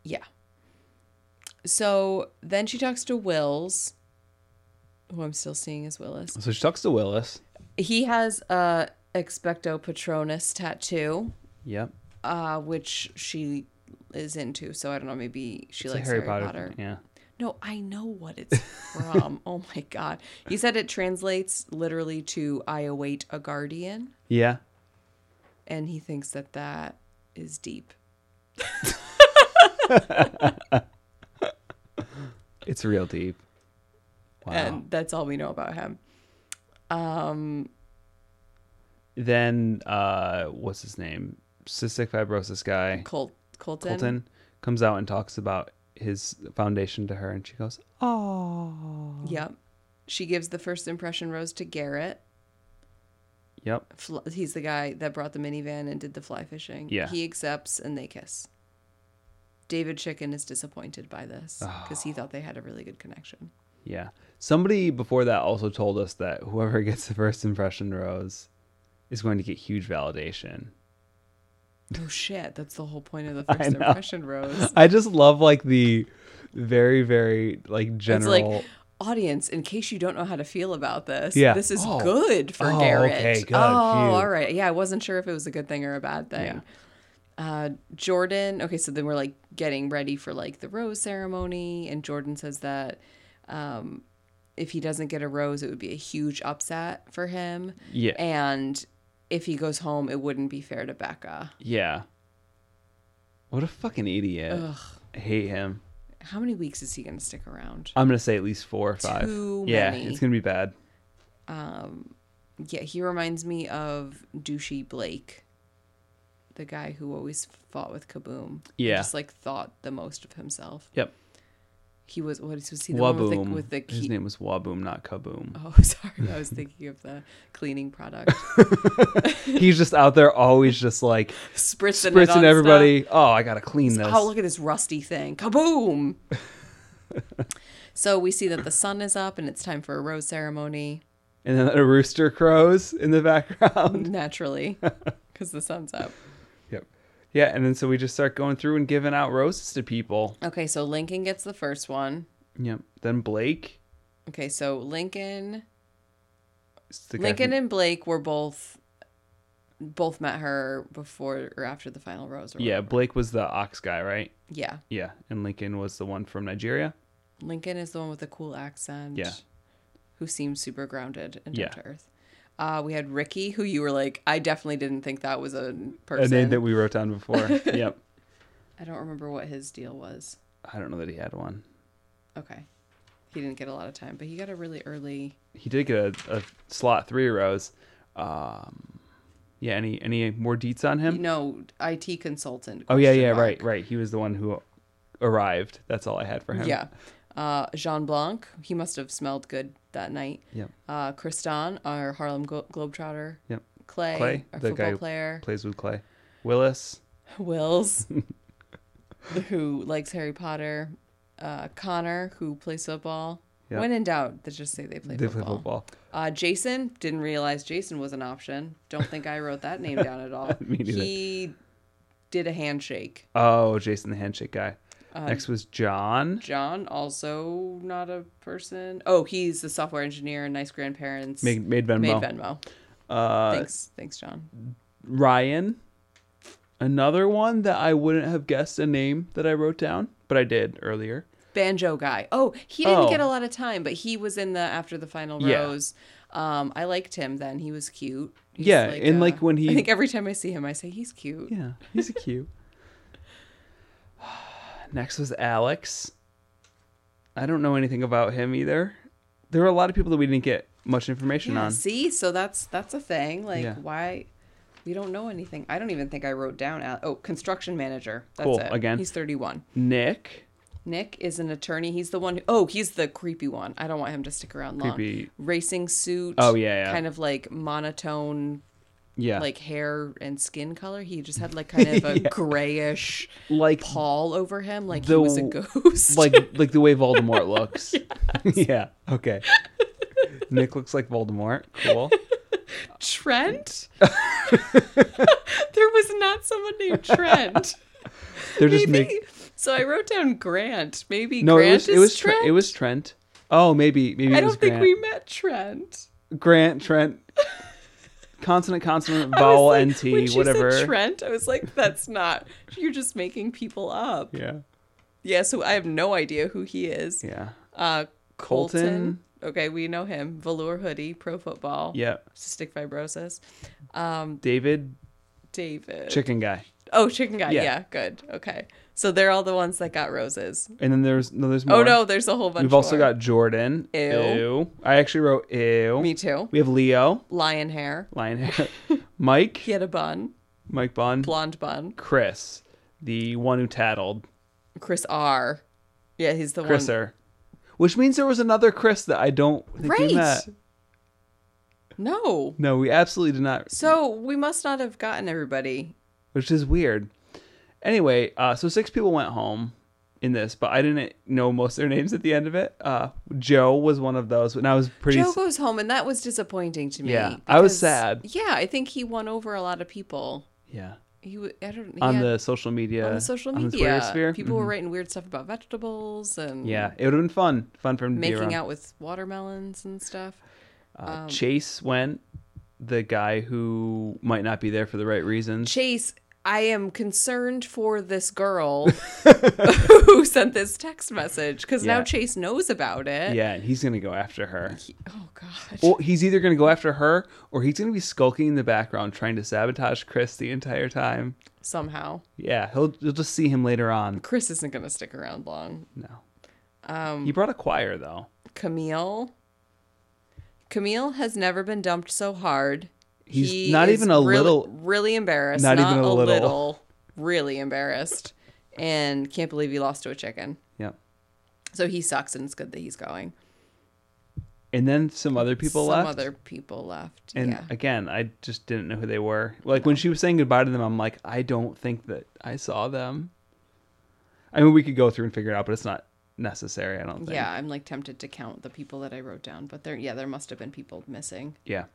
Speaker 1: Yeah. So then she talks to Wills, who I'm still seeing as Willis.
Speaker 2: So she talks to Willis.
Speaker 1: He has a expecto patronus tattoo,
Speaker 2: Yep.
Speaker 1: uh, which she is into. So I don't know. Maybe she
Speaker 2: It's a
Speaker 1: likes
Speaker 2: Harry, Potter. thing, Yeah.
Speaker 1: No, I know what it's from. (laughs) oh my god! He said it translates literally to "I await a guardian,"
Speaker 2: Yeah.
Speaker 1: and he thinks that that is deep.
Speaker 2: It's real deep. Wow.
Speaker 1: And that's all we know about him.
Speaker 2: then uh what's his name? Cystic fibrosis guy.
Speaker 1: Col- Colton.
Speaker 2: Colton comes out and talks about his foundation to her and she goes, "Oh."
Speaker 1: Yep. She gives the first impression rose to Garrett.
Speaker 2: Yep.
Speaker 1: Fl- He's the guy that brought the minivan and did the fly fishing.
Speaker 2: Yeah.
Speaker 1: He accepts and they kiss. David Chicken is disappointed by this
Speaker 2: Ah.
Speaker 1: because he thought they had a really good
Speaker 2: (laughs)
Speaker 1: connection.
Speaker 2: Yeah. Somebody before that also told us that whoever (laughs) gets the first impression rose is going to get huge validation.
Speaker 1: Oh shit, that's the whole point of the
Speaker 2: I
Speaker 1: first
Speaker 2: know.
Speaker 1: impression rose.
Speaker 2: (laughs) I just love like the very very like
Speaker 1: It's
Speaker 2: general
Speaker 1: like audience, in case you don't know how to feel about this,
Speaker 2: Yeah.
Speaker 1: this is
Speaker 2: Oh.
Speaker 1: good for
Speaker 2: Oh,
Speaker 1: Garrett.
Speaker 2: okay, good,
Speaker 1: Oh,
Speaker 2: phew.
Speaker 1: all right. Yeah, I wasn't sure if it was a good thing or a bad thing.
Speaker 2: Yeah.
Speaker 1: uh, Jordan. Okay, so then we're like getting ready for like the rose ceremony, and Jordan says that um, if he doesn't get a rose, it would be a huge upset for him,
Speaker 2: yeah.
Speaker 1: and if he goes home, it wouldn't be fair to Becca.
Speaker 2: Yeah. What a fucking idiot.
Speaker 1: Ugh.
Speaker 2: I hate him.
Speaker 1: How many weeks is he gonna stick around?
Speaker 2: I'm gonna say at least four or five.
Speaker 1: Too
Speaker 2: yeah,
Speaker 1: many.
Speaker 2: it's gonna be bad.
Speaker 1: Yeah, he reminds me of douchey Blake, the guy who always fought with Kaboom. He
Speaker 2: Yeah.
Speaker 1: just like thought the most of himself.
Speaker 2: Yep.
Speaker 1: He was what is was he the
Speaker 2: Waboom.
Speaker 1: one with the, with the
Speaker 2: His
Speaker 1: key-
Speaker 2: name was Waboom, not Kaboom.
Speaker 1: (laughs) Oh, sorry. I was thinking of the cleaning
Speaker 2: (laughs)
Speaker 1: product.
Speaker 2: He's just out there, always
Speaker 1: (laughs)
Speaker 2: just like
Speaker 1: Spritzing, it
Speaker 2: spritzing
Speaker 1: on
Speaker 2: everybody. Oh, I gotta clean this.
Speaker 1: Stuff. Oh, look at this rusty thing.
Speaker 2: (laughs)
Speaker 1: Kaboom! so we see that the sun is up and it's time for a rose ceremony,
Speaker 2: And then a rooster crows in the (laughs) background. (laughs)
Speaker 1: naturally, because the sun's up.
Speaker 2: Yep. Yeah, and then so we just start going through and giving out roses to people.
Speaker 1: Okay, so Lincoln gets the first one.
Speaker 2: Yep. Then Blake.
Speaker 1: Okay, so Lincoln,
Speaker 2: it's the guy
Speaker 1: Lincoln
Speaker 2: from-
Speaker 1: and Blake were both both met her before or after the final rose. Or
Speaker 2: yeah, Blake was the ox guy, right?
Speaker 1: yeah.
Speaker 2: Yeah, and Lincoln was the one from Nigeria.
Speaker 1: Lincoln is the one with the cool accent.
Speaker 2: Yeah.
Speaker 1: Who seems super grounded and
Speaker 2: Yeah.
Speaker 1: down to earth. Uh, we had Ricky, who you were like, I definitely didn't think that was a person.
Speaker 2: A name that we wrote down before. yep.
Speaker 1: I don't remember what his deal was.
Speaker 2: I don't know that he had one.
Speaker 1: Okay. He didn't get a lot of time, but he got a really early.
Speaker 2: He did get a, a slot three rose. Um, yeah. Any any more deets on him?
Speaker 1: No, IT consultant.
Speaker 2: oh yeah,
Speaker 1: question
Speaker 2: yeah,
Speaker 1: mark.
Speaker 2: right, right. He was the one who arrived. That's all I had for him.
Speaker 1: Yeah. Uh, Jean Blanc, he must have smelled good that night.
Speaker 2: Yep.
Speaker 1: Uh, Kristan, our Harlem Glo- Globetrotter.
Speaker 2: Yep.
Speaker 1: Clay,
Speaker 2: Clay,
Speaker 1: our
Speaker 2: the guy
Speaker 1: football
Speaker 2: who
Speaker 1: player.
Speaker 2: Plays with Clay. Willis.
Speaker 1: (laughs)
Speaker 2: (laughs)
Speaker 1: Wills, who likes Harry Potter, uh, Connor, who plays football.
Speaker 2: Yeah.
Speaker 1: When in doubt, they just say they play
Speaker 2: They play
Speaker 1: football.
Speaker 2: football.
Speaker 1: Uh, Jason didn't realize Jason was an option. Don't think I wrote that name down
Speaker 2: (laughs)
Speaker 1: at all.
Speaker 2: Me neither.
Speaker 1: he did a handshake.
Speaker 2: Oh, Jason the handshake guy. Next was John.
Speaker 1: John also not a person. Oh, he's the software engineer. Nice grandparents.
Speaker 2: Made, made Venmo.
Speaker 1: Made Venmo.
Speaker 2: Uh,
Speaker 1: thanks, thanks, John.
Speaker 2: Ryan. Another one that I wouldn't have guessed a name that I wrote down, but I did earlier.
Speaker 1: banjo guy. Oh, he didn't
Speaker 2: Oh.
Speaker 1: get a lot of time, but he was in the after the final
Speaker 2: Yeah.
Speaker 1: rose. Um, I liked him then. He was cute. He's
Speaker 2: yeah, and
Speaker 1: uh,
Speaker 2: like when
Speaker 1: I
Speaker 2: he
Speaker 1: think every time I see him, I say he's cute.
Speaker 2: Yeah, he's cute. (sighs) Next was Alex. I don't know anything about him either. There were a lot of people that we didn't get much information
Speaker 1: Yeah,
Speaker 2: on.
Speaker 1: see, so that's that's a thing. Like
Speaker 2: Yeah.
Speaker 1: why we don't know anything. I don't even think I wrote down. Al- oh, construction manager. That's
Speaker 2: Cool,
Speaker 1: it.
Speaker 2: again.
Speaker 1: he's thirty-one.
Speaker 2: Nick,
Speaker 1: Nick is an attorney. He's the one. Who, oh, he's the creepy one. I don't want him to stick around long.
Speaker 2: Creepy.
Speaker 1: Racing suit.
Speaker 2: Oh, yeah, yeah.
Speaker 1: Kind of like monotone,
Speaker 2: yeah,
Speaker 1: like hair and skin color. He just had
Speaker 2: (laughs)
Speaker 1: like kind of a grayish
Speaker 2: like
Speaker 1: pall over him, like he
Speaker 2: The-
Speaker 1: was a ghost.
Speaker 2: (laughs) like like the way Voldemort looks. (laughs) yeah.
Speaker 1: (laughs)
Speaker 2: Okay. Nick looks like Voldemort. Cool.
Speaker 1: (laughs)
Speaker 2: (laughs)
Speaker 1: Trent. there was not someone named
Speaker 2: (laughs)
Speaker 1: Trent.
Speaker 2: They're just
Speaker 1: maybe.
Speaker 2: making.
Speaker 1: So I wrote down Grant. Maybe
Speaker 2: No,
Speaker 1: Grant
Speaker 2: it was
Speaker 1: is
Speaker 2: it was Trent.
Speaker 1: Trent.
Speaker 2: It was Trent. Oh, maybe maybe
Speaker 1: I
Speaker 2: it
Speaker 1: don't
Speaker 2: was
Speaker 1: think
Speaker 2: Grant.
Speaker 1: we met Trent.
Speaker 2: Grant Trent. Consonant, consonant,
Speaker 1: I was
Speaker 2: vowel,
Speaker 1: like,
Speaker 2: nt,
Speaker 1: when she said
Speaker 2: whatever.
Speaker 1: Trent. I was like, that's not. You're just making people up. Yeah.
Speaker 2: Yeah.
Speaker 1: so I have no idea who he is.
Speaker 2: Yeah.
Speaker 1: Uh, Colton.
Speaker 2: Colton.
Speaker 1: Okay, we know him. Velour hoodie, pro football.
Speaker 2: Yeah.
Speaker 1: Cystic fibrosis.
Speaker 2: David,
Speaker 1: David.
Speaker 2: chicken guy.
Speaker 1: oh, chicken guy.
Speaker 2: Yeah.
Speaker 1: yeah, good. Okay, so they're all the ones that got roses.
Speaker 2: And then there's no, there's more.
Speaker 1: Oh no, there's a whole bunch.
Speaker 2: We've also
Speaker 1: more.
Speaker 2: got Jordan.
Speaker 1: Ew.
Speaker 2: I actually wrote ew.
Speaker 1: me too.
Speaker 2: We have Leo,
Speaker 1: Lion hair.
Speaker 2: lion
Speaker 1: (laughs)
Speaker 2: hair. Mike,
Speaker 1: He had a bun,
Speaker 2: Mike Bond.
Speaker 1: blonde bun.
Speaker 2: Chris, the one who tattled.
Speaker 1: Chris R. Yeah, he's the one.
Speaker 2: Chriser. Which means there was another Chris that I don't think
Speaker 1: Right.
Speaker 2: we met.
Speaker 1: No.
Speaker 2: No, we absolutely did not.
Speaker 1: So we must not have gotten everybody.
Speaker 2: Which is weird. Anyway, uh, so six people went home in this, but I didn't know most of their names at the end of it. Uh, Joe was one of those, and I was pretty.
Speaker 1: Joe goes home, and that was disappointing to me.
Speaker 2: Yeah, I was
Speaker 1: because-
Speaker 2: sad.
Speaker 1: Yeah, I think he won over a lot of people.
Speaker 2: yeah.
Speaker 1: He, w- I don't. he
Speaker 2: on
Speaker 1: had-
Speaker 2: the social media
Speaker 1: on the social
Speaker 2: on the
Speaker 1: media,
Speaker 2: Twitter sphere.
Speaker 1: people
Speaker 2: Mhm.
Speaker 1: were writing weird stuff about vegetables and
Speaker 2: yeah it would have been fun fun for him to be
Speaker 1: making
Speaker 2: around.
Speaker 1: out um, with watermelons and stuff.
Speaker 2: Uh, chase went the guy who might not be there for the right reasons
Speaker 1: Chase, I am concerned for this
Speaker 2: (laughs)
Speaker 1: girl who sent this text message because now
Speaker 2: Yeah.
Speaker 1: Chase knows about it.
Speaker 2: yeah and he's gonna go
Speaker 1: (laughs)
Speaker 2: after her
Speaker 1: He- oh God.
Speaker 2: well he's either gonna go after her or he's gonna be skulking in the background trying to sabotage chris the entire time
Speaker 1: Somehow,
Speaker 2: yeah he'll you'll just see him later on
Speaker 1: Chris isn't going to stick around long.
Speaker 2: no um he brought a choir though
Speaker 1: Camille. Camille has never been dumped so hard.
Speaker 2: He's not even a
Speaker 1: really-
Speaker 2: little-
Speaker 1: really embarrassed.
Speaker 2: not
Speaker 1: Not,
Speaker 2: even a
Speaker 1: a
Speaker 2: little.
Speaker 1: little. Really embarrassed, and can't believe he lost to a chicken.
Speaker 2: yeah
Speaker 1: So he sucks, and it's good that he's going.
Speaker 2: and then some other people
Speaker 1: Some
Speaker 2: left
Speaker 1: other people left.
Speaker 2: And
Speaker 1: yeah.
Speaker 2: again, I just didn't know who they were. Like when she was saying goodbye to them, I'm like, I don't think that I saw them. I mean, we could go through and figure it out, but it's not necessary. I don't think.
Speaker 1: Yeah, I'm like tempted to count the people that I wrote down, but there, yeah, there must have been people missing.
Speaker 2: Yeah.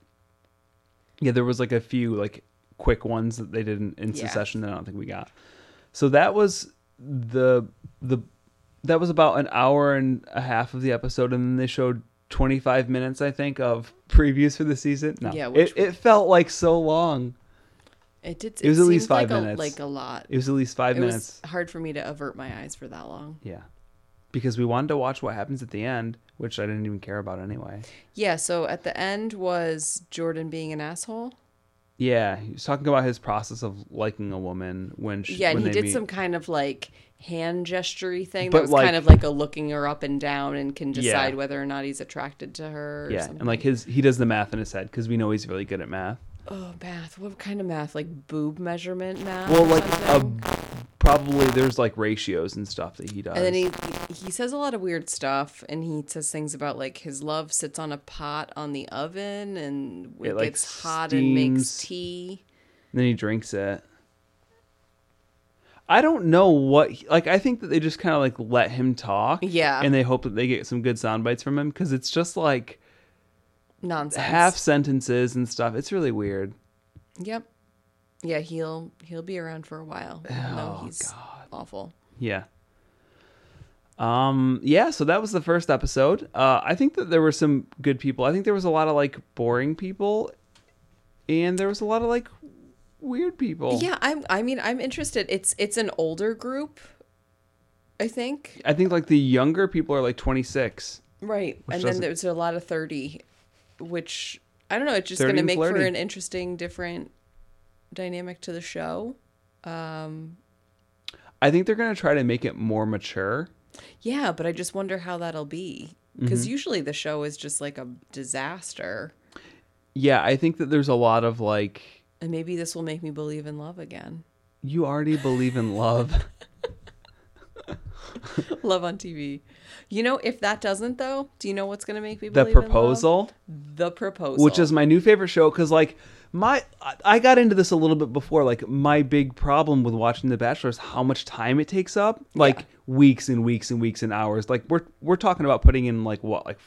Speaker 2: Yeah, there was like a few like quick ones that they did in, in
Speaker 1: Yeah.
Speaker 2: succession that I don't think we got. So that was the the that was about an hour and a half of the episode, and then they showed 25 minutes, I think, of previews for the season. No,
Speaker 1: Yeah,
Speaker 2: it,
Speaker 1: which-
Speaker 2: it felt like so long.
Speaker 1: It did. It,
Speaker 2: was at least
Speaker 1: seemed like
Speaker 2: five
Speaker 1: a-
Speaker 2: minutes.
Speaker 1: like a lot.
Speaker 2: It was at least five
Speaker 1: It
Speaker 2: minutes.
Speaker 1: was hard for me to avert my eyes for that long.
Speaker 2: Yeah. Because we wanted to watch what happens at the end, which I didn't even care about anyway.
Speaker 1: Yeah. So at the end was Jordan being an asshole.
Speaker 2: Yeah, he was talking about his process of liking a woman when she
Speaker 1: Yeah, and
Speaker 2: when
Speaker 1: he
Speaker 2: they
Speaker 1: did
Speaker 2: meet.
Speaker 1: some kind of like hand gestury thing
Speaker 2: But,
Speaker 1: that was
Speaker 2: like-
Speaker 1: kind of like a looking her up and down and can decide
Speaker 2: Yeah.
Speaker 1: whether or not he's attracted to her. Or
Speaker 2: yeah,
Speaker 1: something.
Speaker 2: and like his he does the math in his head because we know he's really good at math.
Speaker 1: oh math. What kind of math? Like boob measurement math.
Speaker 2: Well,
Speaker 1: or
Speaker 2: like a,
Speaker 1: something?
Speaker 2: probably there's like ratios and stuff that he does.
Speaker 1: And then he he says a lot of weird stuff, and he says things about like his love sits on a pot on the oven, and it,
Speaker 2: It, like,
Speaker 1: gets hot and makes
Speaker 2: steams.
Speaker 1: tea.
Speaker 2: And then he drinks it. I don't know what he- like I think that they just kind of like let him talk.
Speaker 1: Yeah.
Speaker 2: and they hope that they get some good sound bites from him because it's just like
Speaker 1: Nonsense.
Speaker 2: half sentences and stuff. It's really weird.
Speaker 1: Yep. Yeah, he'll he'll be around for a while. even though
Speaker 2: Oh,
Speaker 1: he's awful.
Speaker 2: Yeah. Um yeah, so that was the first episode. Uh I think that there were some good people. I think there was a lot of like boring people and there was a lot of like weird people.
Speaker 1: Yeah, I'm. I mean, I'm interested. It's it's an older group, I think.
Speaker 2: I think like the younger people are like 26.
Speaker 1: Right, and then
Speaker 2: doesn't-
Speaker 1: there's a lot of thirty, which I don't know. It's just
Speaker 2: Flirty
Speaker 1: going to
Speaker 2: and
Speaker 1: make for
Speaker 2: flirty.
Speaker 1: an interesting, different dynamic to the show.
Speaker 2: I think they're gonna try to make it more mature.
Speaker 1: Yeah, but I just wonder how that'll be
Speaker 2: Mm-hmm.
Speaker 1: because usually the show is just like a disaster,
Speaker 2: Yeah, I think that there's a lot of like
Speaker 1: and maybe this will make me believe in love again. (laughs)
Speaker 2: you already believe in love.
Speaker 1: love on TV. You know, if that doesn't though, do you know what's going to make me
Speaker 2: the
Speaker 1: believe in love?
Speaker 2: proposal.
Speaker 1: The proposal,
Speaker 2: which is my new favorite show because like my I- i got into this a little bit before like my big problem with watching the bachelor is how much time it takes up like weeks and weeks and weeks and hours like we're we're talking about putting in like what like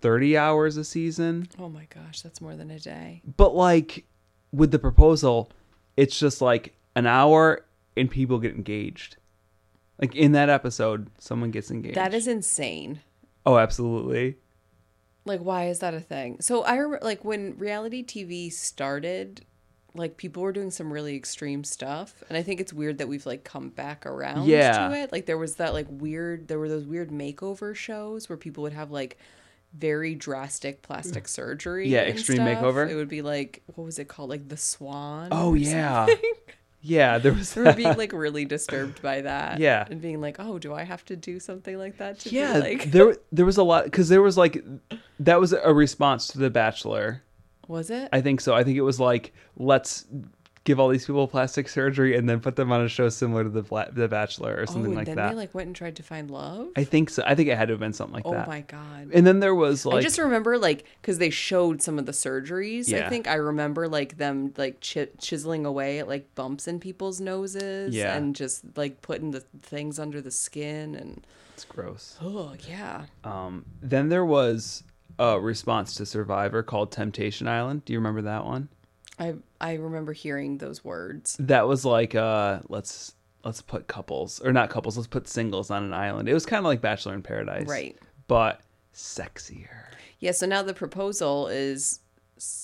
Speaker 2: 30 hours a season
Speaker 1: Oh my gosh, that's more than a day.
Speaker 2: but like with the proposal it's just like an hour and people get engaged like in that episode someone gets engaged
Speaker 1: That is insane.
Speaker 2: oh absolutely
Speaker 1: Like, why is that a thing? So I remember, like, when reality TV started, like, people were doing some really extreme stuff, and I think it's weird that we've like come back around
Speaker 2: Yeah.
Speaker 1: to it. Like, there was that like weird, there were those weird makeover shows where people would have like very drastic plastic surgery.
Speaker 2: Mm. Yeah,
Speaker 1: and
Speaker 2: extreme
Speaker 1: stuff.
Speaker 2: makeover.
Speaker 1: It would be like, what was it called? Like the Swan.
Speaker 2: oh
Speaker 1: or
Speaker 2: yeah (laughs)
Speaker 1: something. (laughs)
Speaker 2: yeah there was
Speaker 1: I remember being like really disturbed by that.
Speaker 2: Yeah.
Speaker 1: and being like, oh, do I have to do something like that (laughs) to
Speaker 2: yeah
Speaker 1: be like?
Speaker 2: there there was a lot because there was like that was a response to the bachelor
Speaker 1: Was it?
Speaker 2: i think so i think it was like let's give all these people plastic surgery and then put them on a show similar to the Bla- the bachelor or something
Speaker 1: oh, and
Speaker 2: like
Speaker 1: then
Speaker 2: that
Speaker 1: they like went and tried to find love.
Speaker 2: i think so i think it had to have been something like
Speaker 1: oh
Speaker 2: that
Speaker 1: my god.
Speaker 2: and then there was
Speaker 1: I
Speaker 2: like
Speaker 1: just remember like because they showed some of the surgeries. I
Speaker 2: Yeah.
Speaker 1: think I remember like them like chi- chiseling away at like bumps in people's noses
Speaker 2: Yeah.
Speaker 1: and just like putting the things under the skin and
Speaker 2: it's gross
Speaker 1: oh yeah.
Speaker 2: um then there was a response to survivor called temptation island do you remember that one
Speaker 1: I I remember hearing those words.
Speaker 2: that was like uh let's let's put couples or not couples let's put singles on an island it was kind of like bachelor in paradise
Speaker 1: Right.
Speaker 2: but sexier
Speaker 1: Yeah. So now the proposal is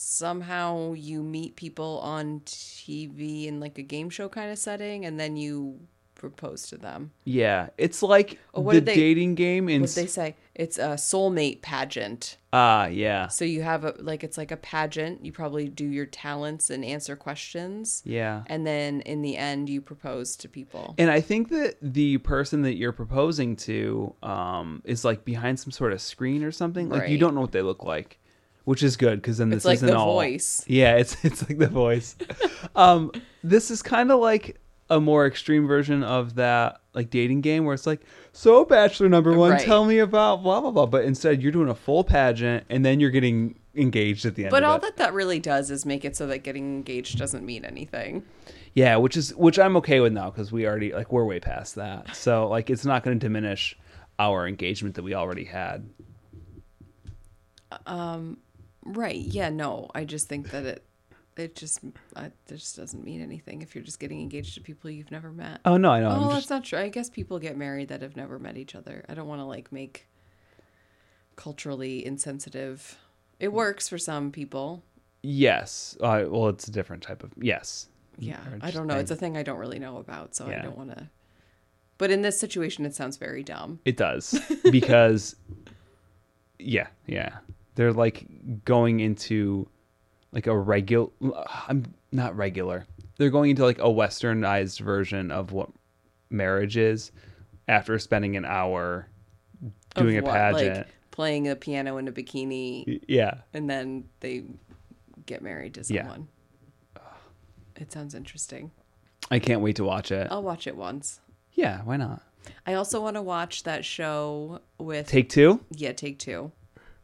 Speaker 1: somehow you meet people on TV in like a game show kind of setting and then you propose to them.
Speaker 2: yeah it's like
Speaker 1: Oh, what
Speaker 2: the
Speaker 1: did they-
Speaker 2: dating game in
Speaker 1: What did they say? It's a soulmate pageant.
Speaker 2: ah yeah
Speaker 1: So you have a like it's like a pageant. You probably do your talents and answer questions,
Speaker 2: yeah
Speaker 1: and then in the end you propose to people.
Speaker 2: and i think that the person that you're proposing to um is like behind some sort of screen or something like you
Speaker 1: Right.
Speaker 2: don't know what they look like which is good because then this
Speaker 1: It's like
Speaker 2: isn't
Speaker 1: The
Speaker 2: all
Speaker 1: Voice.
Speaker 2: yeah it's (laughs) it's like the voice um this is kind of like a more extreme version of that like dating game where it's like so bachelor number one
Speaker 1: Right.
Speaker 2: tell me about blah blah blah but instead you're doing a full pageant and then you're getting engaged at the end
Speaker 1: But
Speaker 2: of
Speaker 1: all
Speaker 2: it.
Speaker 1: that that really does is make it so that getting engaged doesn't mean anything.
Speaker 2: Yeah, which is which I'm okay with now because we already like we're way past that. So like it's not going to diminish our engagement that we already had.
Speaker 1: Right? Yeah. No, I just think that it it just uh, it just doesn't mean anything if you're just getting engaged to people you've never met.
Speaker 2: Oh no, I know.
Speaker 1: Oh,
Speaker 2: I'm
Speaker 1: that's
Speaker 2: just,
Speaker 1: not true. I guess people get married that have never met each other. I don't want to like make culturally insensitive. It works for some people.
Speaker 2: yes. Uh, well, it's a different type of yes.
Speaker 1: Yeah.
Speaker 2: Or
Speaker 1: I
Speaker 2: just
Speaker 1: don't know. It's a
Speaker 2: thing.
Speaker 1: thing I don't really know about, so I
Speaker 2: Yeah.
Speaker 1: don't want to. But in this situation, it sounds very dumb. (laughs)
Speaker 2: It does because yeah, yeah. They're like going into like a regular. I'm not regular. They're going into like a westernized version of what marriage is after spending an hour
Speaker 1: Of
Speaker 2: doing a
Speaker 1: what, like,
Speaker 2: pageant.
Speaker 1: playing a piano in a bikini,
Speaker 2: Y- yeah.
Speaker 1: and then they get married to
Speaker 2: Yeah.
Speaker 1: someone. It sounds interesting.
Speaker 2: I can't wait to watch it.
Speaker 1: I'll watch it once.
Speaker 2: Yeah, why not?
Speaker 1: I also want to watch that show with
Speaker 2: Take two,
Speaker 1: Yeah, Take Two,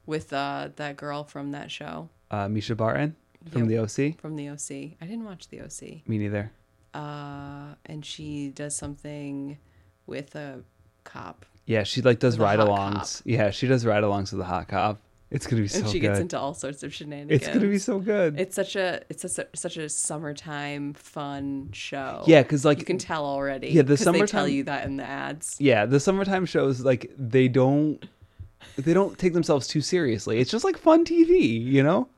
Speaker 1: with uh, that girl from that show
Speaker 2: uh, Misha Barton from the OC.
Speaker 1: from the OC. I didn't watch the OC,
Speaker 2: Me neither.
Speaker 1: uh, and she does something with a cop,
Speaker 2: Yeah, she like does
Speaker 1: The hot
Speaker 2: ride-alongs. Yeah, she does ride-alongs with the hot cop. It's gonna be so
Speaker 1: and she
Speaker 2: good.
Speaker 1: gets into all sorts of shenanigans.
Speaker 2: it's gonna be so good.
Speaker 1: It's such a it's such a, such a summertime fun show.
Speaker 2: Yeah, 'cause, like,
Speaker 1: you can tell already.
Speaker 2: yeah, the
Speaker 1: 'cause they tell
Speaker 2: summertime-
Speaker 1: you that in the ads.
Speaker 2: yeah, the summertime shows like they don't they don't take themselves too seriously. It's just like fun TV, you know.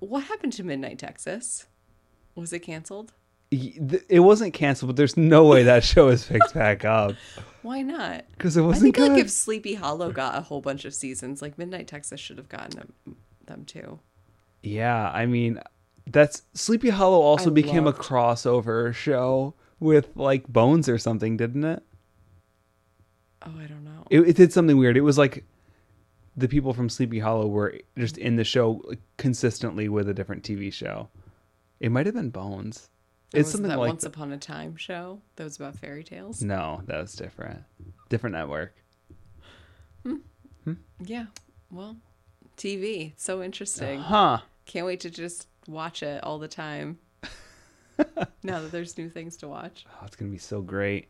Speaker 1: What happened to Midnight Texas? Was it canceled?
Speaker 2: Y- th- It wasn't canceled, but there's no way that show is picked back up
Speaker 1: Why not?
Speaker 2: because it
Speaker 1: I
Speaker 2: wasn't
Speaker 1: think
Speaker 2: good.
Speaker 1: like if Sleepy Hollow got a whole bunch of seasons, like Midnight Texas should have gotten a, them too.
Speaker 2: Yeah, I mean, that's Sleepy Hollow also
Speaker 1: I
Speaker 2: became
Speaker 1: loved-
Speaker 2: a crossover show with like Bones or something, didn't it?
Speaker 1: Oh, I don't know.
Speaker 2: It, it did something weird. It was like the people from Sleepy Hollow were just in the show like, consistently with a different TV show. It might have been Bones.
Speaker 1: It
Speaker 2: It's
Speaker 1: was
Speaker 2: something
Speaker 1: that
Speaker 2: like Mm.
Speaker 1: Once Upon a Time show that was about fairy tales.
Speaker 2: no, that was different, different network.
Speaker 1: Yeah. Well, TV. It's so interesting.
Speaker 2: Huh?
Speaker 1: Can't wait to just watch it all the
Speaker 2: (laughs)
Speaker 1: time. now that there's new things to watch,
Speaker 2: Oh, it's gonna be so great.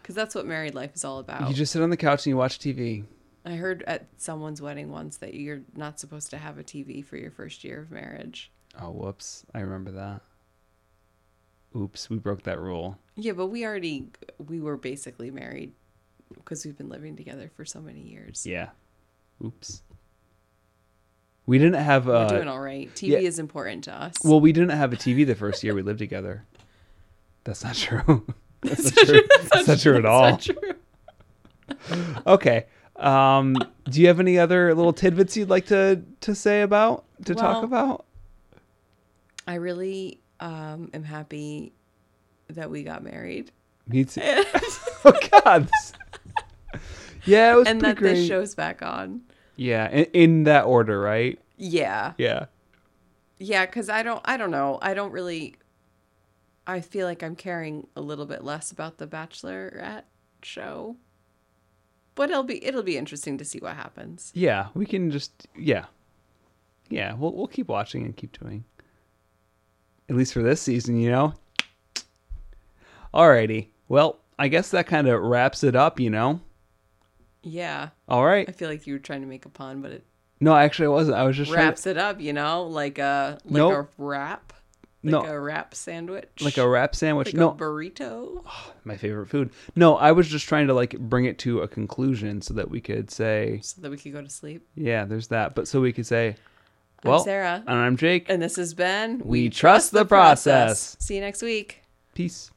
Speaker 1: because that's what married life is all about.
Speaker 2: You just sit on the couch and you watch TV.
Speaker 1: I heard at someone's wedding once that you're not supposed to have a TV for your first year of marriage.
Speaker 2: Oh, whoops! I remember that. Oops, we broke that rule.
Speaker 1: Yeah, but we already we were basically married because we've been living together for so many years.
Speaker 2: Yeah. Oops. We didn't have
Speaker 1: We're
Speaker 2: uh
Speaker 1: doing all right. TV
Speaker 2: yeah.
Speaker 1: is important to us. (laughs)
Speaker 2: well, we didn't have a TV the first year we lived together. That's not true. (laughs) That's not
Speaker 1: That's
Speaker 2: true.
Speaker 1: not
Speaker 2: That's not true at all.
Speaker 1: That's not true.
Speaker 2: Okay. Um do you have any other little tidbits you'd like to to say about to talk
Speaker 1: Well-
Speaker 2: about?
Speaker 1: I really um, am happy that we got married (laughs)
Speaker 2: Me too. (laughs) oh god. this- Yeah, it was
Speaker 1: and
Speaker 2: pretty
Speaker 1: that
Speaker 2: great.
Speaker 1: this show's back on.
Speaker 2: yeah, in, in that order, right?
Speaker 1: Yeah.
Speaker 2: Yeah.
Speaker 1: Yeah, cuz I don't I don't know. I don't really I feel like I'm caring a little bit less about the bachelorette show. But it'll be it'll be interesting to see what happens.
Speaker 2: Yeah, we can just yeah, yeah. We'll we'll keep watching and keep doing. At least for this season, you know. Alrighty. Well, I guess that kind of wraps it up, you know.
Speaker 1: Yeah.
Speaker 2: All right.
Speaker 1: I feel like you were trying to make a pun, but it
Speaker 2: No, actually, I wasn't. I was just trying
Speaker 1: wraps it up, you know, like a like
Speaker 2: Nope.
Speaker 1: a wrap, like
Speaker 2: No.
Speaker 1: a wrap sandwich,
Speaker 2: to, like a wrap sandwich.
Speaker 1: like
Speaker 2: no,
Speaker 1: a burrito.
Speaker 2: my favorite food. No, I was just trying to like bring it to a conclusion so that we could say,
Speaker 1: so that we could go to sleep.
Speaker 2: yeah, there's that. But so we could say, well,
Speaker 1: Sarah.
Speaker 2: and I'm Jake.
Speaker 1: And this has been
Speaker 2: We trust the process.
Speaker 1: See you next week.
Speaker 2: Peace.